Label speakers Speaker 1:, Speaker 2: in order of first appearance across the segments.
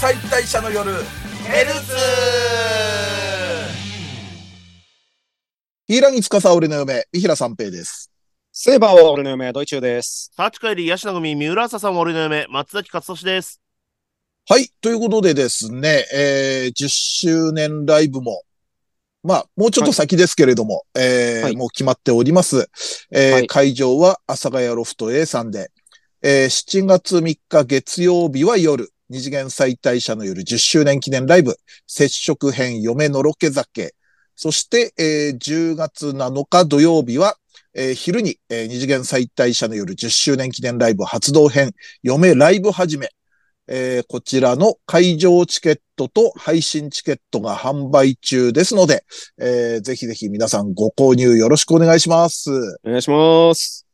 Speaker 1: 解体者の夜ヘルツ
Speaker 2: ヒーラギつかさ俺の嫁、三平三平です。
Speaker 3: セーバーは俺の嫁、ドイチューです。
Speaker 4: サーチカイリー、ヤシナ組、三浦朝さん、俺の嫁、松崎勝利です。
Speaker 2: はい。ということでですね、えー、10周年ライブも、まあ、もうちょっと先ですけれども、えー
Speaker 3: はい
Speaker 2: もう決まっております。えー
Speaker 3: はい
Speaker 2: 会場は阿佐ヶ谷ロフト A さんで、えー7月3日月曜日は夜、二次元再退社の夜10周年記念ライブ、接触編嫁のろけ酒。そして、えー10月7日土曜日は、えー昼に、えー二次元再退社の夜10周年記念ライブ発動編、嫁ライブ始め。えーこちらの会場チケットと配信チケットが販売中ですので、えーぜひぜひ皆さんご購入よろしくお願いします。
Speaker 3: お願いします。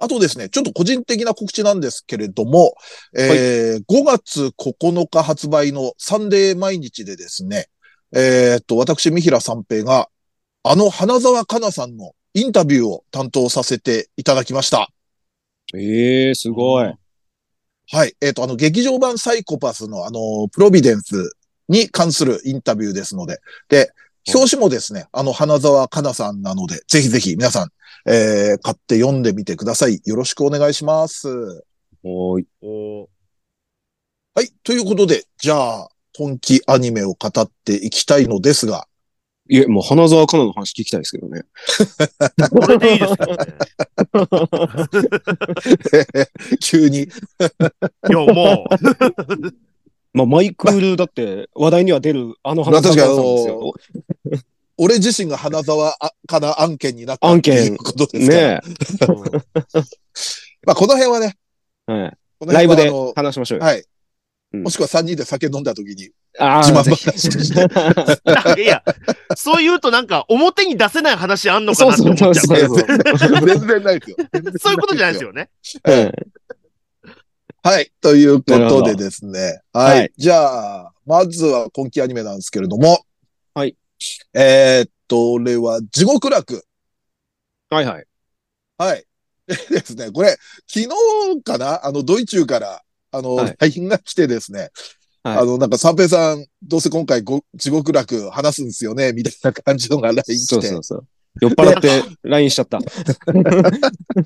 Speaker 2: あとですね、ちょっと個人的な告知なんですけれども、えー5月9日発売のサンデー毎日でですね、えーっと、私、三平三平が、あの花沢香菜さんのインタビューを担当させていただきました。
Speaker 3: ええすごい。
Speaker 2: はい。えっ、と、あの、劇場版サイコパスの、あの、プロビデンスに関するインタビューですので、で、表紙もですね、あの、花沢香菜さんなので、ぜひぜひ皆さん、えー、買って読んでみてください。よろしくお願いします。
Speaker 3: おーい。
Speaker 4: お
Speaker 2: はい。ということで、じゃあ、今期アニメを語っていきたいのですが、
Speaker 3: いえ、もう花沢香菜の話聞きたいですけどね。
Speaker 4: これでいいですけどね。
Speaker 2: 急
Speaker 4: い
Speaker 2: に、
Speaker 4: や、もう、
Speaker 3: まあ、マイクールだって話題には出る、あの花沢香菜さんです
Speaker 2: ま
Speaker 3: よ。
Speaker 2: 俺自身が花沢あ香菜案件になった
Speaker 3: 案
Speaker 2: と
Speaker 3: 件
Speaker 2: いうことですから、
Speaker 3: ね
Speaker 2: まあ、この辺はね、
Speaker 3: え、はい。
Speaker 2: この
Speaker 3: ライ
Speaker 2: 辺
Speaker 3: ブ
Speaker 2: は
Speaker 3: で
Speaker 2: あの
Speaker 3: 話しましょうよ。
Speaker 2: はい。
Speaker 3: うん
Speaker 2: もしくは3人で酒飲んだ時に、
Speaker 3: あ
Speaker 2: 自慢
Speaker 3: ぜひ
Speaker 2: 話として。
Speaker 4: なんかいや、そう言うとなんか表に出せない話あんのか
Speaker 3: そ
Speaker 4: な
Speaker 3: う
Speaker 4: って
Speaker 3: そ
Speaker 4: 思
Speaker 3: う
Speaker 4: っちゃ
Speaker 3: そ うう。。そうそう
Speaker 2: 全然ないですよ。
Speaker 4: そういうことじゃないです
Speaker 2: よ。
Speaker 4: よね。
Speaker 3: うん
Speaker 2: はい。ということでですね。はい。
Speaker 3: はい
Speaker 2: じゃあ、まずは今期アニメなんですけれども。
Speaker 3: はい。
Speaker 2: えーっと、俺は地獄楽。
Speaker 3: はいはい。
Speaker 2: はい。 でですね、これ、昨日かなあの、ドイチューから、あの、
Speaker 3: はい
Speaker 2: LINE が来てですね。
Speaker 3: はい
Speaker 2: あの、なんか、三平さん、どうせ今回ご地獄楽話すんですよね、みたいな感じのが LINE 来て。
Speaker 3: そうそうそう。酔っ払って、LINE しちゃった。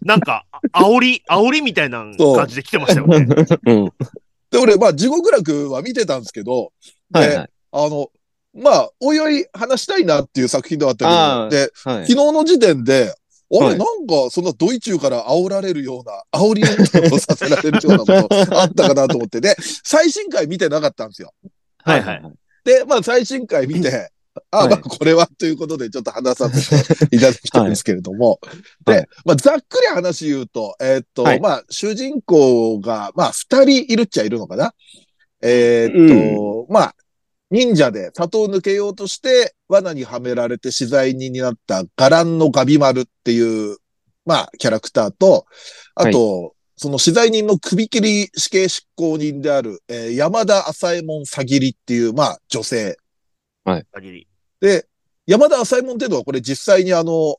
Speaker 4: なんか、あ煽り、煽りみたいな
Speaker 2: そう
Speaker 4: 感じで来てましたよね。
Speaker 3: うん。は
Speaker 2: で、俺、まあ、地獄楽は見てたんですけど、で
Speaker 3: いはい。
Speaker 2: あの、まあ、おいおい話したいなっていう作品ではあった
Speaker 3: あー
Speaker 2: けど、で、
Speaker 3: は
Speaker 2: 昨
Speaker 3: い
Speaker 2: 日の時点で、あれ、
Speaker 3: はい
Speaker 2: なんか、そんなドイチューから煽られるような、煽り運動をさせられるようなことあったかなと思って、で、最新回見てなかったんですよ。
Speaker 3: はいはい。
Speaker 2: で、まあ、最新回見て、あ、
Speaker 3: はい
Speaker 2: まあ、これはということで、ちょっと話させていただきたいんですけれども、
Speaker 3: はいは
Speaker 2: で、まあ、ざっくり話言うと、えーっと、
Speaker 3: はい
Speaker 2: まあ、主人公が、まあ、二人いるっちゃいるのかな。えーっと、まあ、忍者で里を抜けようとして、罠にはめられて資材人になったガランのガビマルっていう、まあ、キャラクターと、あと、その資材人の首切り死刑執行人である、えー山田浅右衛門さぎりっていう、まあ、女性。
Speaker 4: 限り。
Speaker 2: で、山田浅右衛門っていうのはこれ実際にあの、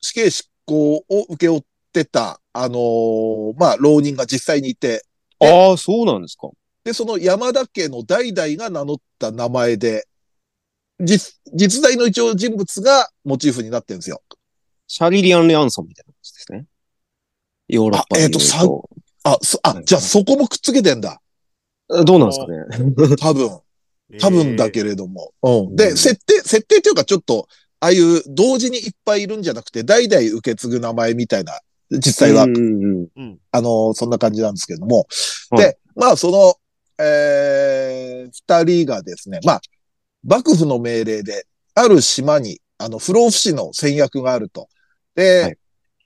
Speaker 2: 死刑執行を受け負ってた、あのーまあ、浪人が実際にいて、
Speaker 3: ああ、そうなんですか。
Speaker 2: で、その山田家の代々が名乗った名前で、実、実在の一応人物がモチーフになってるんですよ。
Speaker 3: シャリリアン・レアンソンみたいな感じですね。ヨーロッパ
Speaker 2: あえ
Speaker 3: で言う
Speaker 2: ーとさあ、そ、あ、じゃあそこもくっつけてん だ。
Speaker 3: どうなんですかね。
Speaker 2: 多分、多分だけれども。うん。で、
Speaker 3: うん
Speaker 2: 設定、設定というかちょっと、ああいう同時にいっぱいいるんじゃなくて、代々受け継ぐ名前みたいな、実際は
Speaker 3: うんうんうん
Speaker 2: あの、そんな感じなんですけども。
Speaker 3: はい
Speaker 2: で、まあ、その、えー、二人がですね、まあ、幕府の命令で、ある島に、あの、不老不死の戦略があると。で、
Speaker 3: はい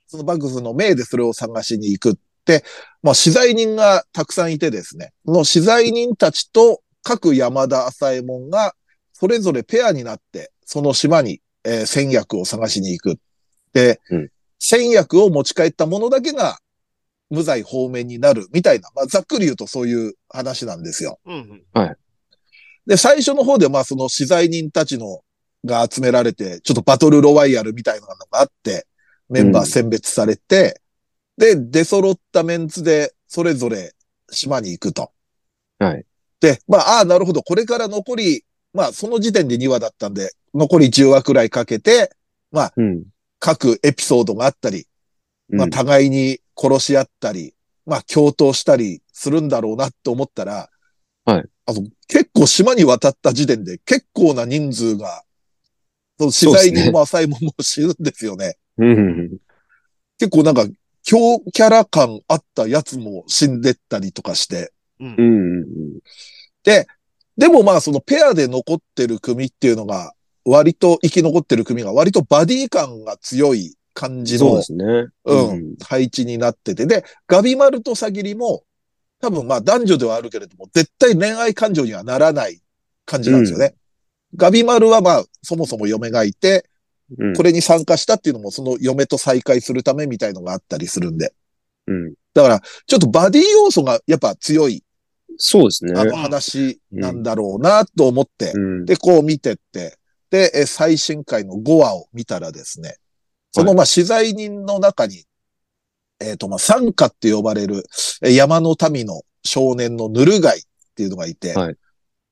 Speaker 2: その幕府の命でそれを探しに行くって、まあ、資材人がたくさんいてですね、その資材人たちと各山田浅右衛門が、それぞれペアになって、その島に、えー戦略を探しに行く。で、
Speaker 3: うん
Speaker 2: 戦略を持ち帰ったものだけが、無罪方面になるみたいな、まあ、ざっくり言うとそういう話なんですよ。
Speaker 4: うんうん。
Speaker 2: で、最初の方で、まあ、その資材人たちの、が集められて、ちょっとバトルロワイヤルみたいなのがあって、メンバー選別されて、で、出揃ったメンツで、それぞれ島に行くと。
Speaker 3: はい。
Speaker 2: で、まあ、ああ、なるほど。これから残り、まあ、その時点で2話だったんで、残り10話くらいかけて、
Speaker 3: うん。
Speaker 2: 各エピソードがあったり、ま
Speaker 3: う
Speaker 2: あ、
Speaker 3: ん
Speaker 2: 互いに殺し合ったり、まあ、共闘したりするんだろうなって思ったら、
Speaker 3: はい。
Speaker 2: あの、結構島に渡った時点で結構な人数が、その次第
Speaker 3: そうです
Speaker 2: に
Speaker 3: ね
Speaker 2: まあ、サイモンも死ぬんですよね。
Speaker 3: うん。
Speaker 2: 結構なんか、強キャラ感あったやつも死んでったりとかして。
Speaker 4: うん
Speaker 3: う。ん。
Speaker 2: で、でもまあそのペアで残ってる組っていうのが、割と生き残ってる組が割とバディ感が強い感じ
Speaker 3: そう
Speaker 2: の
Speaker 3: ですね。
Speaker 2: うん。配置になってて。で、ガビマルとサギリも、多分まあ男女ではあるけれども、絶対恋愛感情にはならない感じなんですよね。ガビマルはまあそもそも嫁がいて、
Speaker 3: うん。
Speaker 2: これに参加したっていうのもその嫁と再会するためみたいのがあったりするんで。
Speaker 3: うん。
Speaker 2: だから、ちょっとバディ要素がやっぱ強い、
Speaker 3: そうですね。
Speaker 2: あの話なんだろうなと思って、
Speaker 3: うん。
Speaker 2: で、こう見てって、で、え最新回の5話を見たらですね、その、まあ、取材人の中に、えっ、と、まあ、参加って呼ばれる、え山の民の少年のヌルガイっていうのがいて、
Speaker 3: はい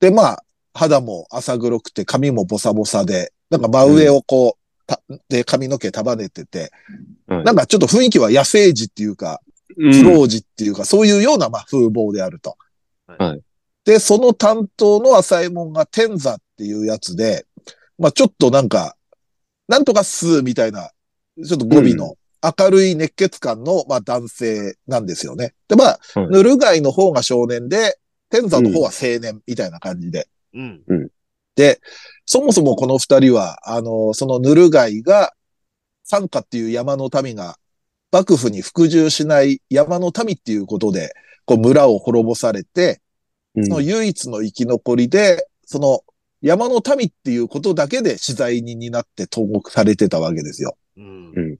Speaker 2: で、まあ、肌も浅黒くて、髪もボサボサで、なんか真上をこう、たで、髪の毛束ねてて、
Speaker 3: はい
Speaker 2: なんかちょっと雰囲気は野生児っていうか、
Speaker 3: うん
Speaker 2: スロージっていうか、そういうような、まあ、風貌であると。
Speaker 3: はい
Speaker 2: で、その担当の浅右衛門が天座っていうやつで、まあ、ちょっとなんか、なんとかすーみたいな、ちょっと語尾の明るい熱血感の、まあ、男性なんですよね。で、まあ、
Speaker 3: はい
Speaker 2: ぬるがいの方が少年で、天座の方は青年みたいな感じで。
Speaker 4: うん。
Speaker 2: で、そもそもこの二人は、あの、そのヌルガイが、参加っていう山の民が、幕府に服従しない山の民っていうことで、こう村を滅ぼされて、
Speaker 3: うん
Speaker 2: その唯一の生き残りで、その山の民っていうことだけで取材人になって投獄されてたわけですよ。
Speaker 4: うん。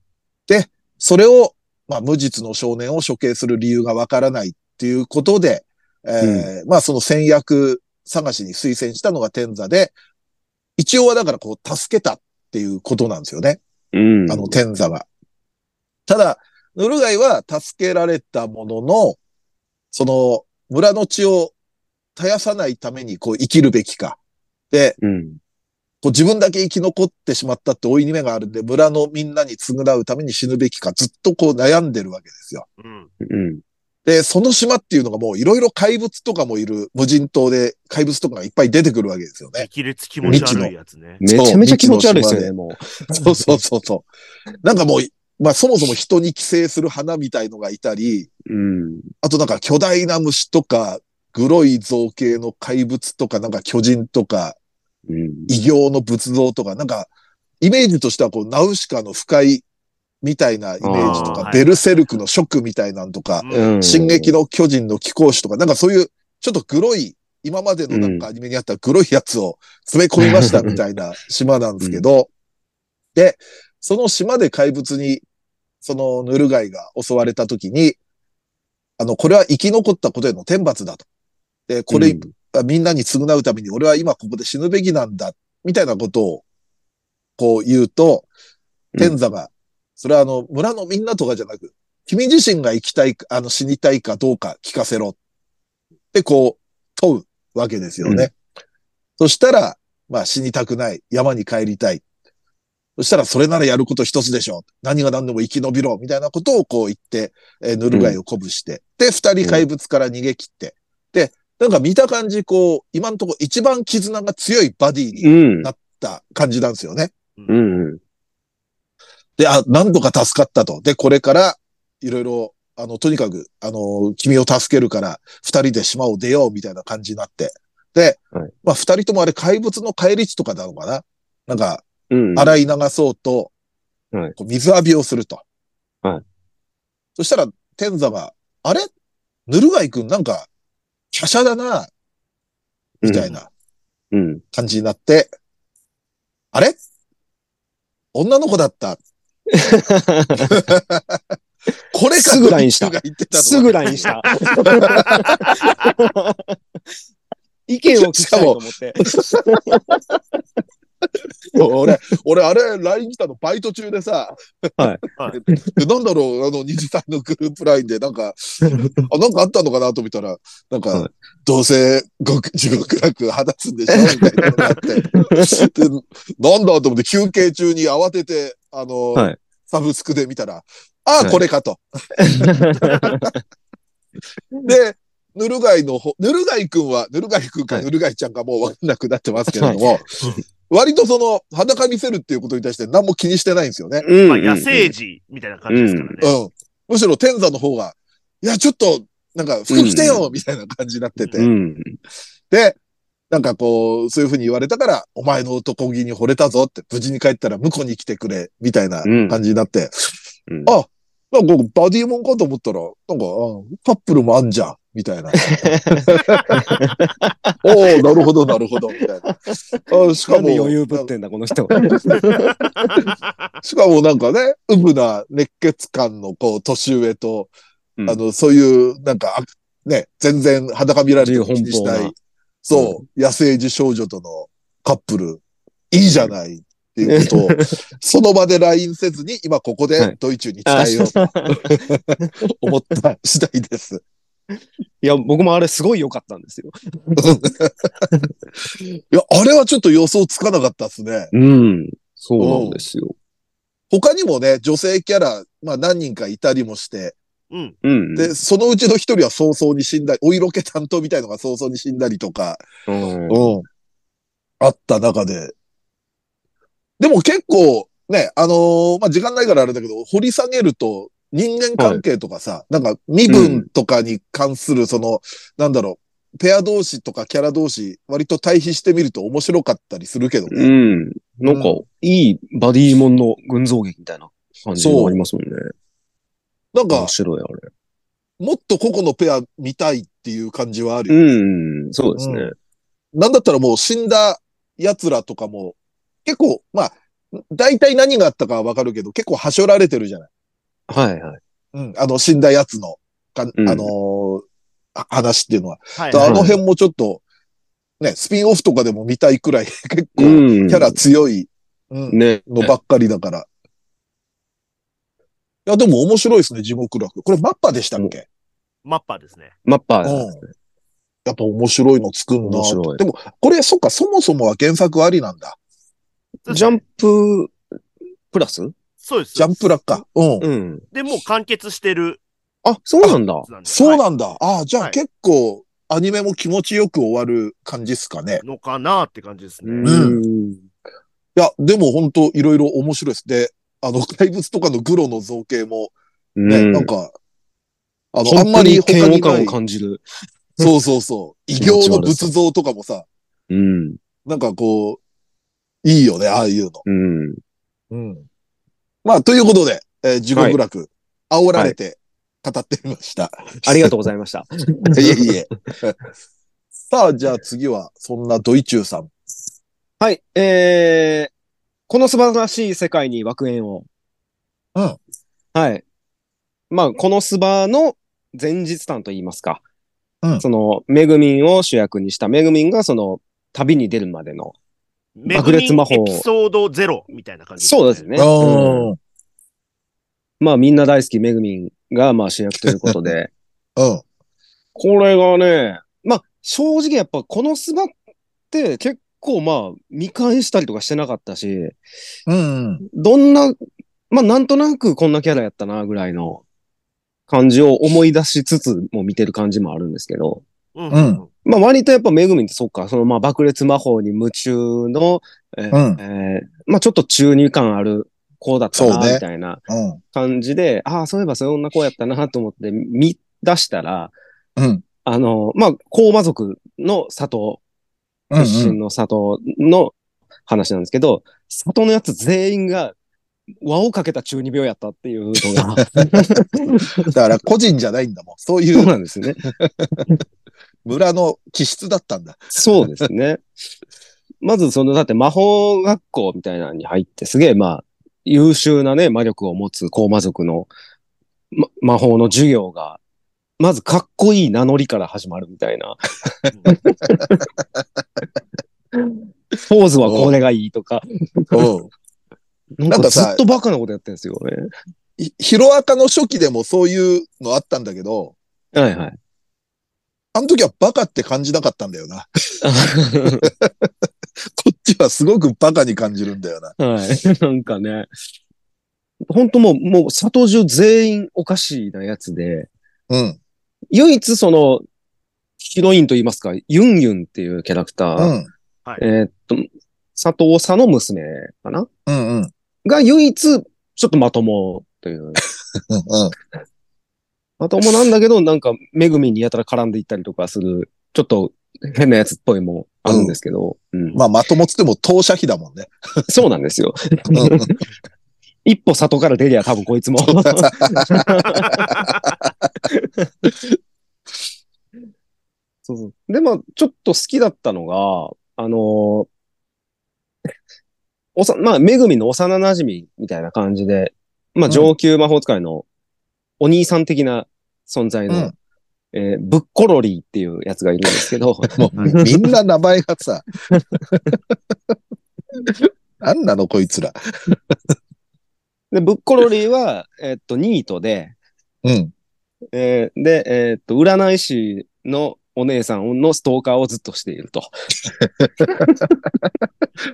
Speaker 2: それを、まあ無実の少年を処刑する理由がわからないっていうことで、えーまあその戦略探しに推薦したのが天座で、一応はだからこう助けたっていうことなんですよね。
Speaker 3: うん。
Speaker 2: あの天座が。ただ、ヌルガイは助けられたものの、その村の血を絶やさないためにこう生きるべきか。で、
Speaker 3: うん。
Speaker 2: こう自分だけ生き残ってしまったって追いに目があるんで、村のみんなに償うために死ぬべきか、ずっとこう悩んでるわけですよ。
Speaker 4: うん。
Speaker 3: うん。
Speaker 2: で、その島っていうのがもういろいろ怪物とかもいる、無人島で怪物とかがいっぱい出てくるわけですよね。
Speaker 4: 激烈気持ち悪いやつね。
Speaker 3: めちゃめちゃ気持ち悪いですよね、も
Speaker 2: そうそうそうそう。なんかもう、まあそもそも人に寄生する花みたいのがいたり、
Speaker 3: う。うん。
Speaker 2: あとなんか巨大な虫とか、黒い造形の怪物とか、なんか巨人とか、
Speaker 3: うん。
Speaker 2: 異形の仏像とか、なんか、イメージとしてはこう、ナウシカの不快みたいなイメージと
Speaker 4: あ
Speaker 2: か
Speaker 4: ー、
Speaker 2: ベルセルクのショックみたいなんとか、
Speaker 4: うん。
Speaker 2: 進撃の巨人の貴公子とか、なんかそういう、ちょっと黒い、今までのなんかアニメにあった黒いやつを詰め込みましたみたいな島なんですけど、で、その島で怪物に、そのヌルガイが襲われた時に、あの、これは生き残ったことへの天罰だと。で、これ、みんなに償うために俺は今ここで死ぬべきなんだ、みたいなことを、こう言うと、
Speaker 3: うん
Speaker 2: 天座が、それはあの、村のみんなとかじゃなく、君自身が生きたいか、あの、死にたいかどうか聞かせろ。で、こう、問うわけですよね。
Speaker 3: う
Speaker 2: そしたら、まあ死にたくない。山に帰りたい。そしたら、それならやること一つでしょう。何が何でも生き延びろ。みたいなことをこう言って、えーヌルガイを鼓舞して。で、二人怪物から逃げ切って。で、なんか見た感じ、こう、今のところ一番絆が強いバディに
Speaker 3: う
Speaker 2: なっ
Speaker 3: ん。
Speaker 2: た感じなんですよね。
Speaker 3: うん。
Speaker 2: で、あ、何とか助かったと。で、これから、いろいろ、あの、とにかく、あの、君を助けるから、二人で島を出よう、みたいな感じになって。で、
Speaker 3: はい
Speaker 2: まあ、二人ともあれ、怪物の帰り地とかなのかななんか、
Speaker 3: うん。
Speaker 2: 洗い流そうと、
Speaker 3: はい
Speaker 2: こう水浴びをすると。
Speaker 3: はい
Speaker 2: そしたら、天座が、あれぬるがいくん、なんか、華奢だな、みたいな
Speaker 3: うん。
Speaker 2: 感じになって、あれ女の子だった。これか
Speaker 3: すぐ LINE した
Speaker 2: が言ってたのは
Speaker 3: すぐ LINE した。意見を聞きたいと思って。
Speaker 2: 俺、俺、あれ、LINE 来たのバイト中でさ、
Speaker 3: はい
Speaker 4: は
Speaker 2: でなんだろう、あの、二次隊のグループ LINE で、なんか、あ、なんかあったのかなと見たら、なんか、
Speaker 3: は
Speaker 2: どうせ、極地獄楽話すんでしょみたいなのがあ って。で、なんだと思って休憩中に慌てて、あの、
Speaker 3: はい
Speaker 2: サブスクで見たら、ああ、
Speaker 3: はい
Speaker 2: これか と。で、ぬるがいのほ、ぬるがいくんは、ぬるがいくんか、
Speaker 3: はい
Speaker 2: ぬるがいちゃんかもうわかんなくなってますけれども、割とその、裸見せるっていうことに対して何も気にしてないんですよね。
Speaker 3: うん
Speaker 4: まあ、野生児みたいな感じですからね。
Speaker 2: うん。むしろ天座の方が、いや、ちょっと、なんか、服着てよみたいな感じになってて。
Speaker 3: うん。
Speaker 2: で、なんかこう、そういう風に言われたから、お前の男気に惚れたぞって、無事に帰ったら婿に来てくれ、みたいな感じになって、
Speaker 3: うん
Speaker 2: あ、なんかバディモンかと思ったら、なんか、あカップルもあんじゃん、みたい な。 おおなるほど、なるほど、みたいな。あしか
Speaker 3: なん
Speaker 2: も、
Speaker 3: で余裕ぶってんだ、この人。
Speaker 2: しかもなんかね、うぶな熱血感のこう、年上と、
Speaker 3: うん
Speaker 2: あの、そういう、なんか、あね、全然裸見られても気にしない
Speaker 3: 自由奔放な、
Speaker 2: そう、野生児少女とのカップル、いいじゃないっていうことを、 その場で LINE せずに、今ここ
Speaker 3: は
Speaker 2: で
Speaker 3: い
Speaker 2: ドイツに伝えようと思 った次第です。
Speaker 3: いや、僕もあれすごい良かったんですよ。
Speaker 2: いや、あれはちょっと予想つかなかったですね。
Speaker 3: うん。そうなんですよ。
Speaker 2: 他にもね、女性キャラ、まあ何人かいたりもして、
Speaker 4: うん。
Speaker 3: うん。
Speaker 2: で、そのうちの一人は早々に死んだり、お色気担当みたいのが早々に死んだりとか、
Speaker 3: うん
Speaker 2: うん。あった中で。でも結構、ね、あのーまあ、時間ないからあれだけど、掘り下げると、人間関係とかさ、なんか身分とかに関する、その、なんだろう、ペア同士とかキャラ同士、割と対比してみると面白かったりするけど
Speaker 3: う
Speaker 2: ね。
Speaker 3: ん。なんか、いいバディモンの群像劇みたいな感じもありますもんね。
Speaker 2: なんか
Speaker 3: 面、白い、あれ。
Speaker 2: もっと個々のペア見たいっていう感じはあるよね
Speaker 3: うん。そうですね。
Speaker 2: なんだったらもう死んだ奴らとかも、結構、まあ、大体何があったかはわかるけど、結構はしょられてるじゃない。
Speaker 3: はいはい。
Speaker 2: うん。あの、死んだ奴の、か
Speaker 3: うん
Speaker 2: あのーあ話っていうのは。
Speaker 4: はい、
Speaker 2: だからあ
Speaker 4: はい。
Speaker 2: の辺もちょっと、ね、スピンオフとかでも見たいくらい、 結構、キ
Speaker 3: ん
Speaker 2: ャラ強い、うん、
Speaker 3: ね。
Speaker 2: のばっかりだから。いや、でも面白いですね、地獄楽。これマッパでしたっけ
Speaker 4: マッパーですね。
Speaker 3: マッパー
Speaker 2: うん。やっぱ面白いの作んな
Speaker 3: 面白
Speaker 2: と。
Speaker 3: い
Speaker 2: でも、これ、そっか、そもそもは原作ありなんだ。
Speaker 3: ジャンププラス
Speaker 4: そうです。
Speaker 2: ジャンプラッか。うん。
Speaker 3: うん。
Speaker 4: で、もう完結してる
Speaker 3: あ、そうなんだ
Speaker 4: や。つなんで。
Speaker 2: そう
Speaker 4: は
Speaker 2: なんだ。ああ、じゃ
Speaker 4: は
Speaker 2: あ
Speaker 4: い
Speaker 2: 結構、アニメも気持ちよく終わる感じっすかね。
Speaker 4: いのかなって感じですね。
Speaker 3: うん。
Speaker 2: いや、でも本当いろいろ面白いです。で、あの、 怪物とかのグロの造形も、ね、
Speaker 3: ね
Speaker 2: なん、か、あの、
Speaker 3: あ
Speaker 2: あん
Speaker 3: ん
Speaker 2: ま
Speaker 3: ま
Speaker 2: り
Speaker 3: り
Speaker 2: 他
Speaker 3: 嫌
Speaker 2: にな
Speaker 3: 悪感を
Speaker 2: い。
Speaker 3: 感じる。
Speaker 2: そうそうそう。異形の仏像とかもさ、
Speaker 3: うん。
Speaker 2: なんかこう、いいよね、ああいうの。
Speaker 3: うん。
Speaker 2: うん。まあ、ということで、えー地獄楽、煽られて語ってみました。
Speaker 3: ありがとうございました。
Speaker 2: いえいえ。さあ、じゃあ次は、そんなドイチューさん。
Speaker 3: はい。えー、この素晴らしい世界に枠縁を。
Speaker 2: うん。
Speaker 3: はい。まあ、このスバの前日譚といいますか。
Speaker 2: うん
Speaker 3: その、めぐみんを主役にした、めぐみんがその、旅に出るまでの。
Speaker 4: メ
Speaker 3: 爆裂魔法
Speaker 4: エピソードゼロみたいな感じ、
Speaker 3: そうです。ね。うん
Speaker 2: うん。
Speaker 3: まあ、みんな大好きめぐみんが、まあ、主役ということ で。
Speaker 2: うん。
Speaker 3: これがね、まあ、正直やっぱこのスバって結構まあ、見返したりとかしてなかったし、
Speaker 2: うん。
Speaker 3: どんな、まあ、なんとなくこんなキャラやったな、ぐらいの感じを思い出しつつも見てる感じもあるんですけど、
Speaker 4: うん。
Speaker 2: う
Speaker 3: まあ、割とやっぱめぐみんってそっか、そのまあ、爆裂魔法に夢中の、えー
Speaker 2: うん
Speaker 3: えーまあ、ちょっと中二感ある子だった
Speaker 2: そう
Speaker 3: な、
Speaker 2: ね
Speaker 3: みたいな
Speaker 2: うん。
Speaker 3: 感じで、ああ、そういえばそんな子やったな、と思って見出したら、
Speaker 2: うん。
Speaker 3: あの、まあ、高魔族の佐藤
Speaker 2: うん
Speaker 3: 出 身の佐藤の話なんですけど、佐藤のやつ全員が輪をかけた中二病やったっていう のが、
Speaker 2: だから個人じゃないんだもん。そうい
Speaker 3: そう
Speaker 2: う
Speaker 3: なんですね。
Speaker 2: 村の気質だったんだ。
Speaker 3: そうですね。まずその、だって魔法学校みたいなのに入って、すげえまあ、優秀なね、魔力を持つ高魔族の、ま魔法の授業が、まずかっこいい名乗りから始まるみたいな。ポーズはこれがいいとか、
Speaker 2: うん。
Speaker 3: なん
Speaker 2: な
Speaker 3: か
Speaker 2: んか
Speaker 3: ず
Speaker 2: さ
Speaker 3: っとバカなことやってるんですよね。
Speaker 2: ひヒロアカの初期でもそういうのあったんだけど、
Speaker 3: はいはい。
Speaker 2: あの時はバカって感じなかったんだよな。 こっちはすごくバカに感じるんだよな。
Speaker 3: はい。 なんかね、本当もう、もう、佐藤中全員おかしいなやつで、
Speaker 2: うん。
Speaker 3: 唯一その、ヒロインと言いますか、ユンユンっていうキャラクタ
Speaker 2: う
Speaker 3: ー、
Speaker 2: ん。
Speaker 3: えーっと、佐藤さんの娘かな
Speaker 2: うんうん。うん
Speaker 3: が唯一、ちょっとまとも という。
Speaker 2: うん。
Speaker 3: まともなんだけど、なんか、めぐみにやたら絡んでいったりとかする、ちょっと変なやつっぽいもあるんですけど、うん
Speaker 2: まあ、まともつっても当社費だもんね。
Speaker 3: そうなんですよ。
Speaker 2: うんうん。
Speaker 3: 一歩里から出りゃ多分こいつも。そうそう。でも、ちょっと好きだったのが、あのーおさ、まあ、めぐみの幼馴染みたいな感じで、まあ、
Speaker 2: うん
Speaker 3: 上級魔法使いのお兄さん的な存在の、
Speaker 2: うん
Speaker 3: えーブッコロリーっていうやつがいるんです けど、
Speaker 2: もう、みんな名前がさ、 なんなのこいつら。
Speaker 3: でブッコロリーは、えっと、ニートで、
Speaker 2: うん。
Speaker 3: えーで、えーっと、占い師のお姉さんのストーカーをずっとしていると。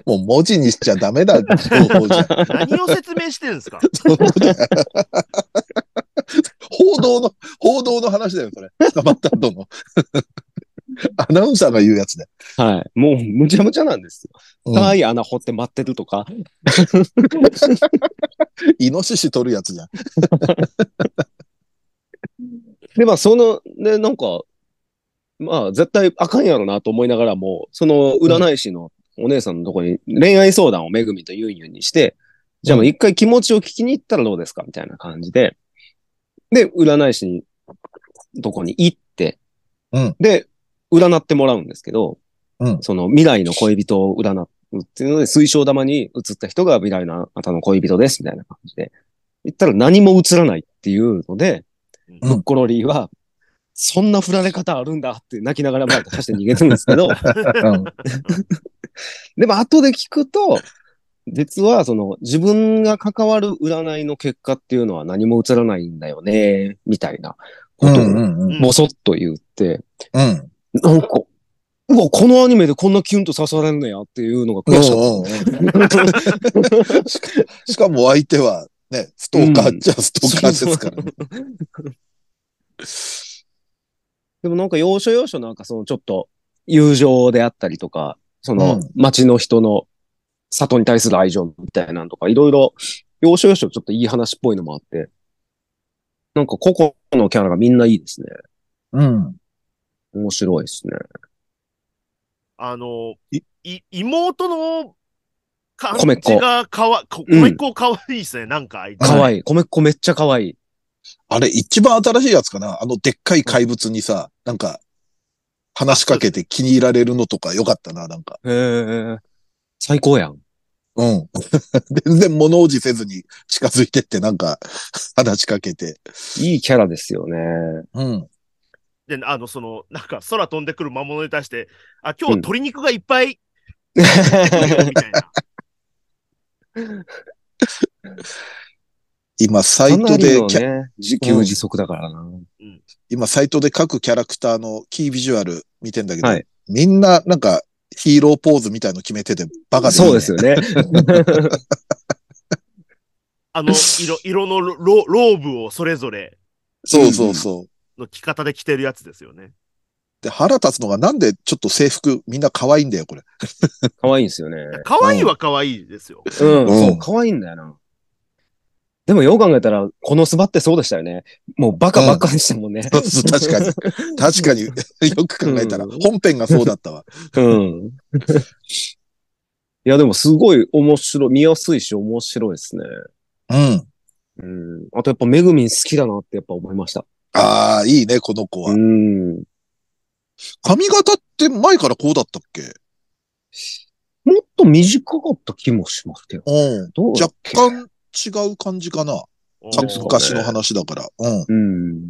Speaker 2: もう文字にしちゃダメ な情報じゃん。
Speaker 4: 何を説明してるんですか
Speaker 2: 報道の、報道の話だよ、それ。捕まった後の。アナウンサーが言うやつね。
Speaker 3: はい。もう、むちゃむちゃなんですよ。
Speaker 2: うん
Speaker 3: 深い穴掘って待ってるとか。
Speaker 2: イノシシ取るやつじゃん。
Speaker 3: で、まあ、その、で、なんか、まあ、絶対あかんやろなと思いながらも、その占い師のお姉さんのとこに恋愛相談をめぐみとゆんゆんにして、じゃあもう一回気持ちを聞きに行ったらどうですかみたいな感じで。で、占い師に、とこに行って、
Speaker 2: うん
Speaker 3: で、占ってもらうんですけど、
Speaker 2: うん
Speaker 3: その未来の恋人を占うっていうので、水晶玉に映った人が未来のあなたの恋人です、みたいな感じで。言ったら何も映らないっていうので、
Speaker 4: うん
Speaker 3: ブッコロリーは、そんな振られ方あるんだって泣きながら前として逃げてるんで すけど、でも後で聞くと、実はその自分が関わる占いの結果っていうのは何も映らないんだよね、みたいなこ
Speaker 2: うん
Speaker 3: と
Speaker 2: う
Speaker 3: を
Speaker 2: んうん。
Speaker 3: ぼそっと言って、
Speaker 2: うん。
Speaker 3: なんか、うわ、このアニメでこんなキュンと刺されるのやっていうのが
Speaker 2: うん
Speaker 3: 悔し かっ
Speaker 2: うんうんしかしかも相手は、ね、ストーカーっちゃストーカーですから、ね
Speaker 3: でもなんか要所要所なんかそのちょっと友情であったりとか、そうの
Speaker 2: ん
Speaker 3: 町の人の里に対する愛情みたいなのとか、いろいろ要所要所ちょっといい話っぽいのもあって、なんか個々のキャラがみんないいですね。
Speaker 2: うん。
Speaker 3: 面白いですね。
Speaker 4: あの
Speaker 2: い
Speaker 4: い、妹の感
Speaker 3: 米っ子
Speaker 4: じがかわ、こ
Speaker 3: うん
Speaker 4: 米っ子かわいいですね、なんかあいつ。
Speaker 3: かわいい。米っ子めっちゃかわいい。
Speaker 2: あれ、一番新しいやつかなあの、でっかい怪物にさ、なんか、話しかけて気に入られるのとかよかったな、なんか。
Speaker 3: へえ。最高やん。
Speaker 2: うん。 全然物おじせずに近づいてって、なんか、話しかけて。
Speaker 3: いいキャラです よね。
Speaker 2: うん。
Speaker 4: で、あの、その、なんか空飛んでくる魔物に対して、あ、今日鶏肉がいっぱい、みたい な。
Speaker 2: 今、サイトで
Speaker 3: かなりの
Speaker 2: キャ、
Speaker 3: ね、自給自足だからな。
Speaker 2: 今、サイトで各キャラクターのキービジュアル見てんだけど、
Speaker 3: はい
Speaker 2: みんな、なんか、ヒーローポーズみたいの決めてて、バカでいいね
Speaker 3: そうですよね。
Speaker 4: あの、色、色のロロローブをそれぞれ
Speaker 2: そうそうそう。
Speaker 4: の着方で着てるやつですよね。
Speaker 2: で、腹立つのが、なんでちょっと制服みんな可愛いんだよ、 これ。
Speaker 3: かわいいんですよね。
Speaker 4: かわいいはかわいいですよ。
Speaker 3: うん、
Speaker 2: うん
Speaker 3: そう、可愛いんだよな。でもよう考えたら、このスバってそうでしたよね。もうバカばっかでしたもんね。
Speaker 2: そうそう確かに。確 かに、よく考えたら、
Speaker 3: うん
Speaker 2: 本編がそうだったわ。
Speaker 3: うん。いや、でもすごい面白い、見やすいし面白いですね。
Speaker 2: うん。
Speaker 3: うん。あとやっぱめぐみん好きだなってやっぱ思いました。
Speaker 2: ああ、いいね、この子
Speaker 3: う
Speaker 2: は。
Speaker 3: ん。も
Speaker 2: 髪型って前からこうだったっけ
Speaker 3: っと短かった気もしますけど。
Speaker 2: うん。
Speaker 3: どうだっ
Speaker 2: 若
Speaker 3: け
Speaker 2: 干違う感じかな。
Speaker 4: おー
Speaker 2: 昔の話だから。うん。
Speaker 3: うん。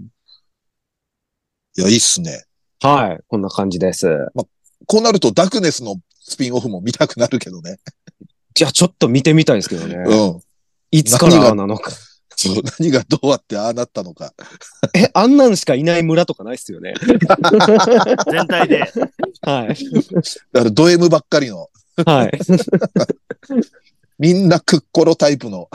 Speaker 2: いや、いいっすね。
Speaker 3: はい。こんな感じです。
Speaker 2: こうなるとダクネスのスピンオフも見たくなるけどね。
Speaker 3: いや、ちょっと見てみたいですけどね。
Speaker 2: うん。
Speaker 3: いつからああなのか。
Speaker 2: そう、何がどうあってああなったのか。
Speaker 3: え、あんなんしかいない村とかないっすよね。
Speaker 4: 全体で。
Speaker 3: はい。
Speaker 2: だからド M ばっかりの、
Speaker 3: はい。
Speaker 2: みんなクッコロタイプの。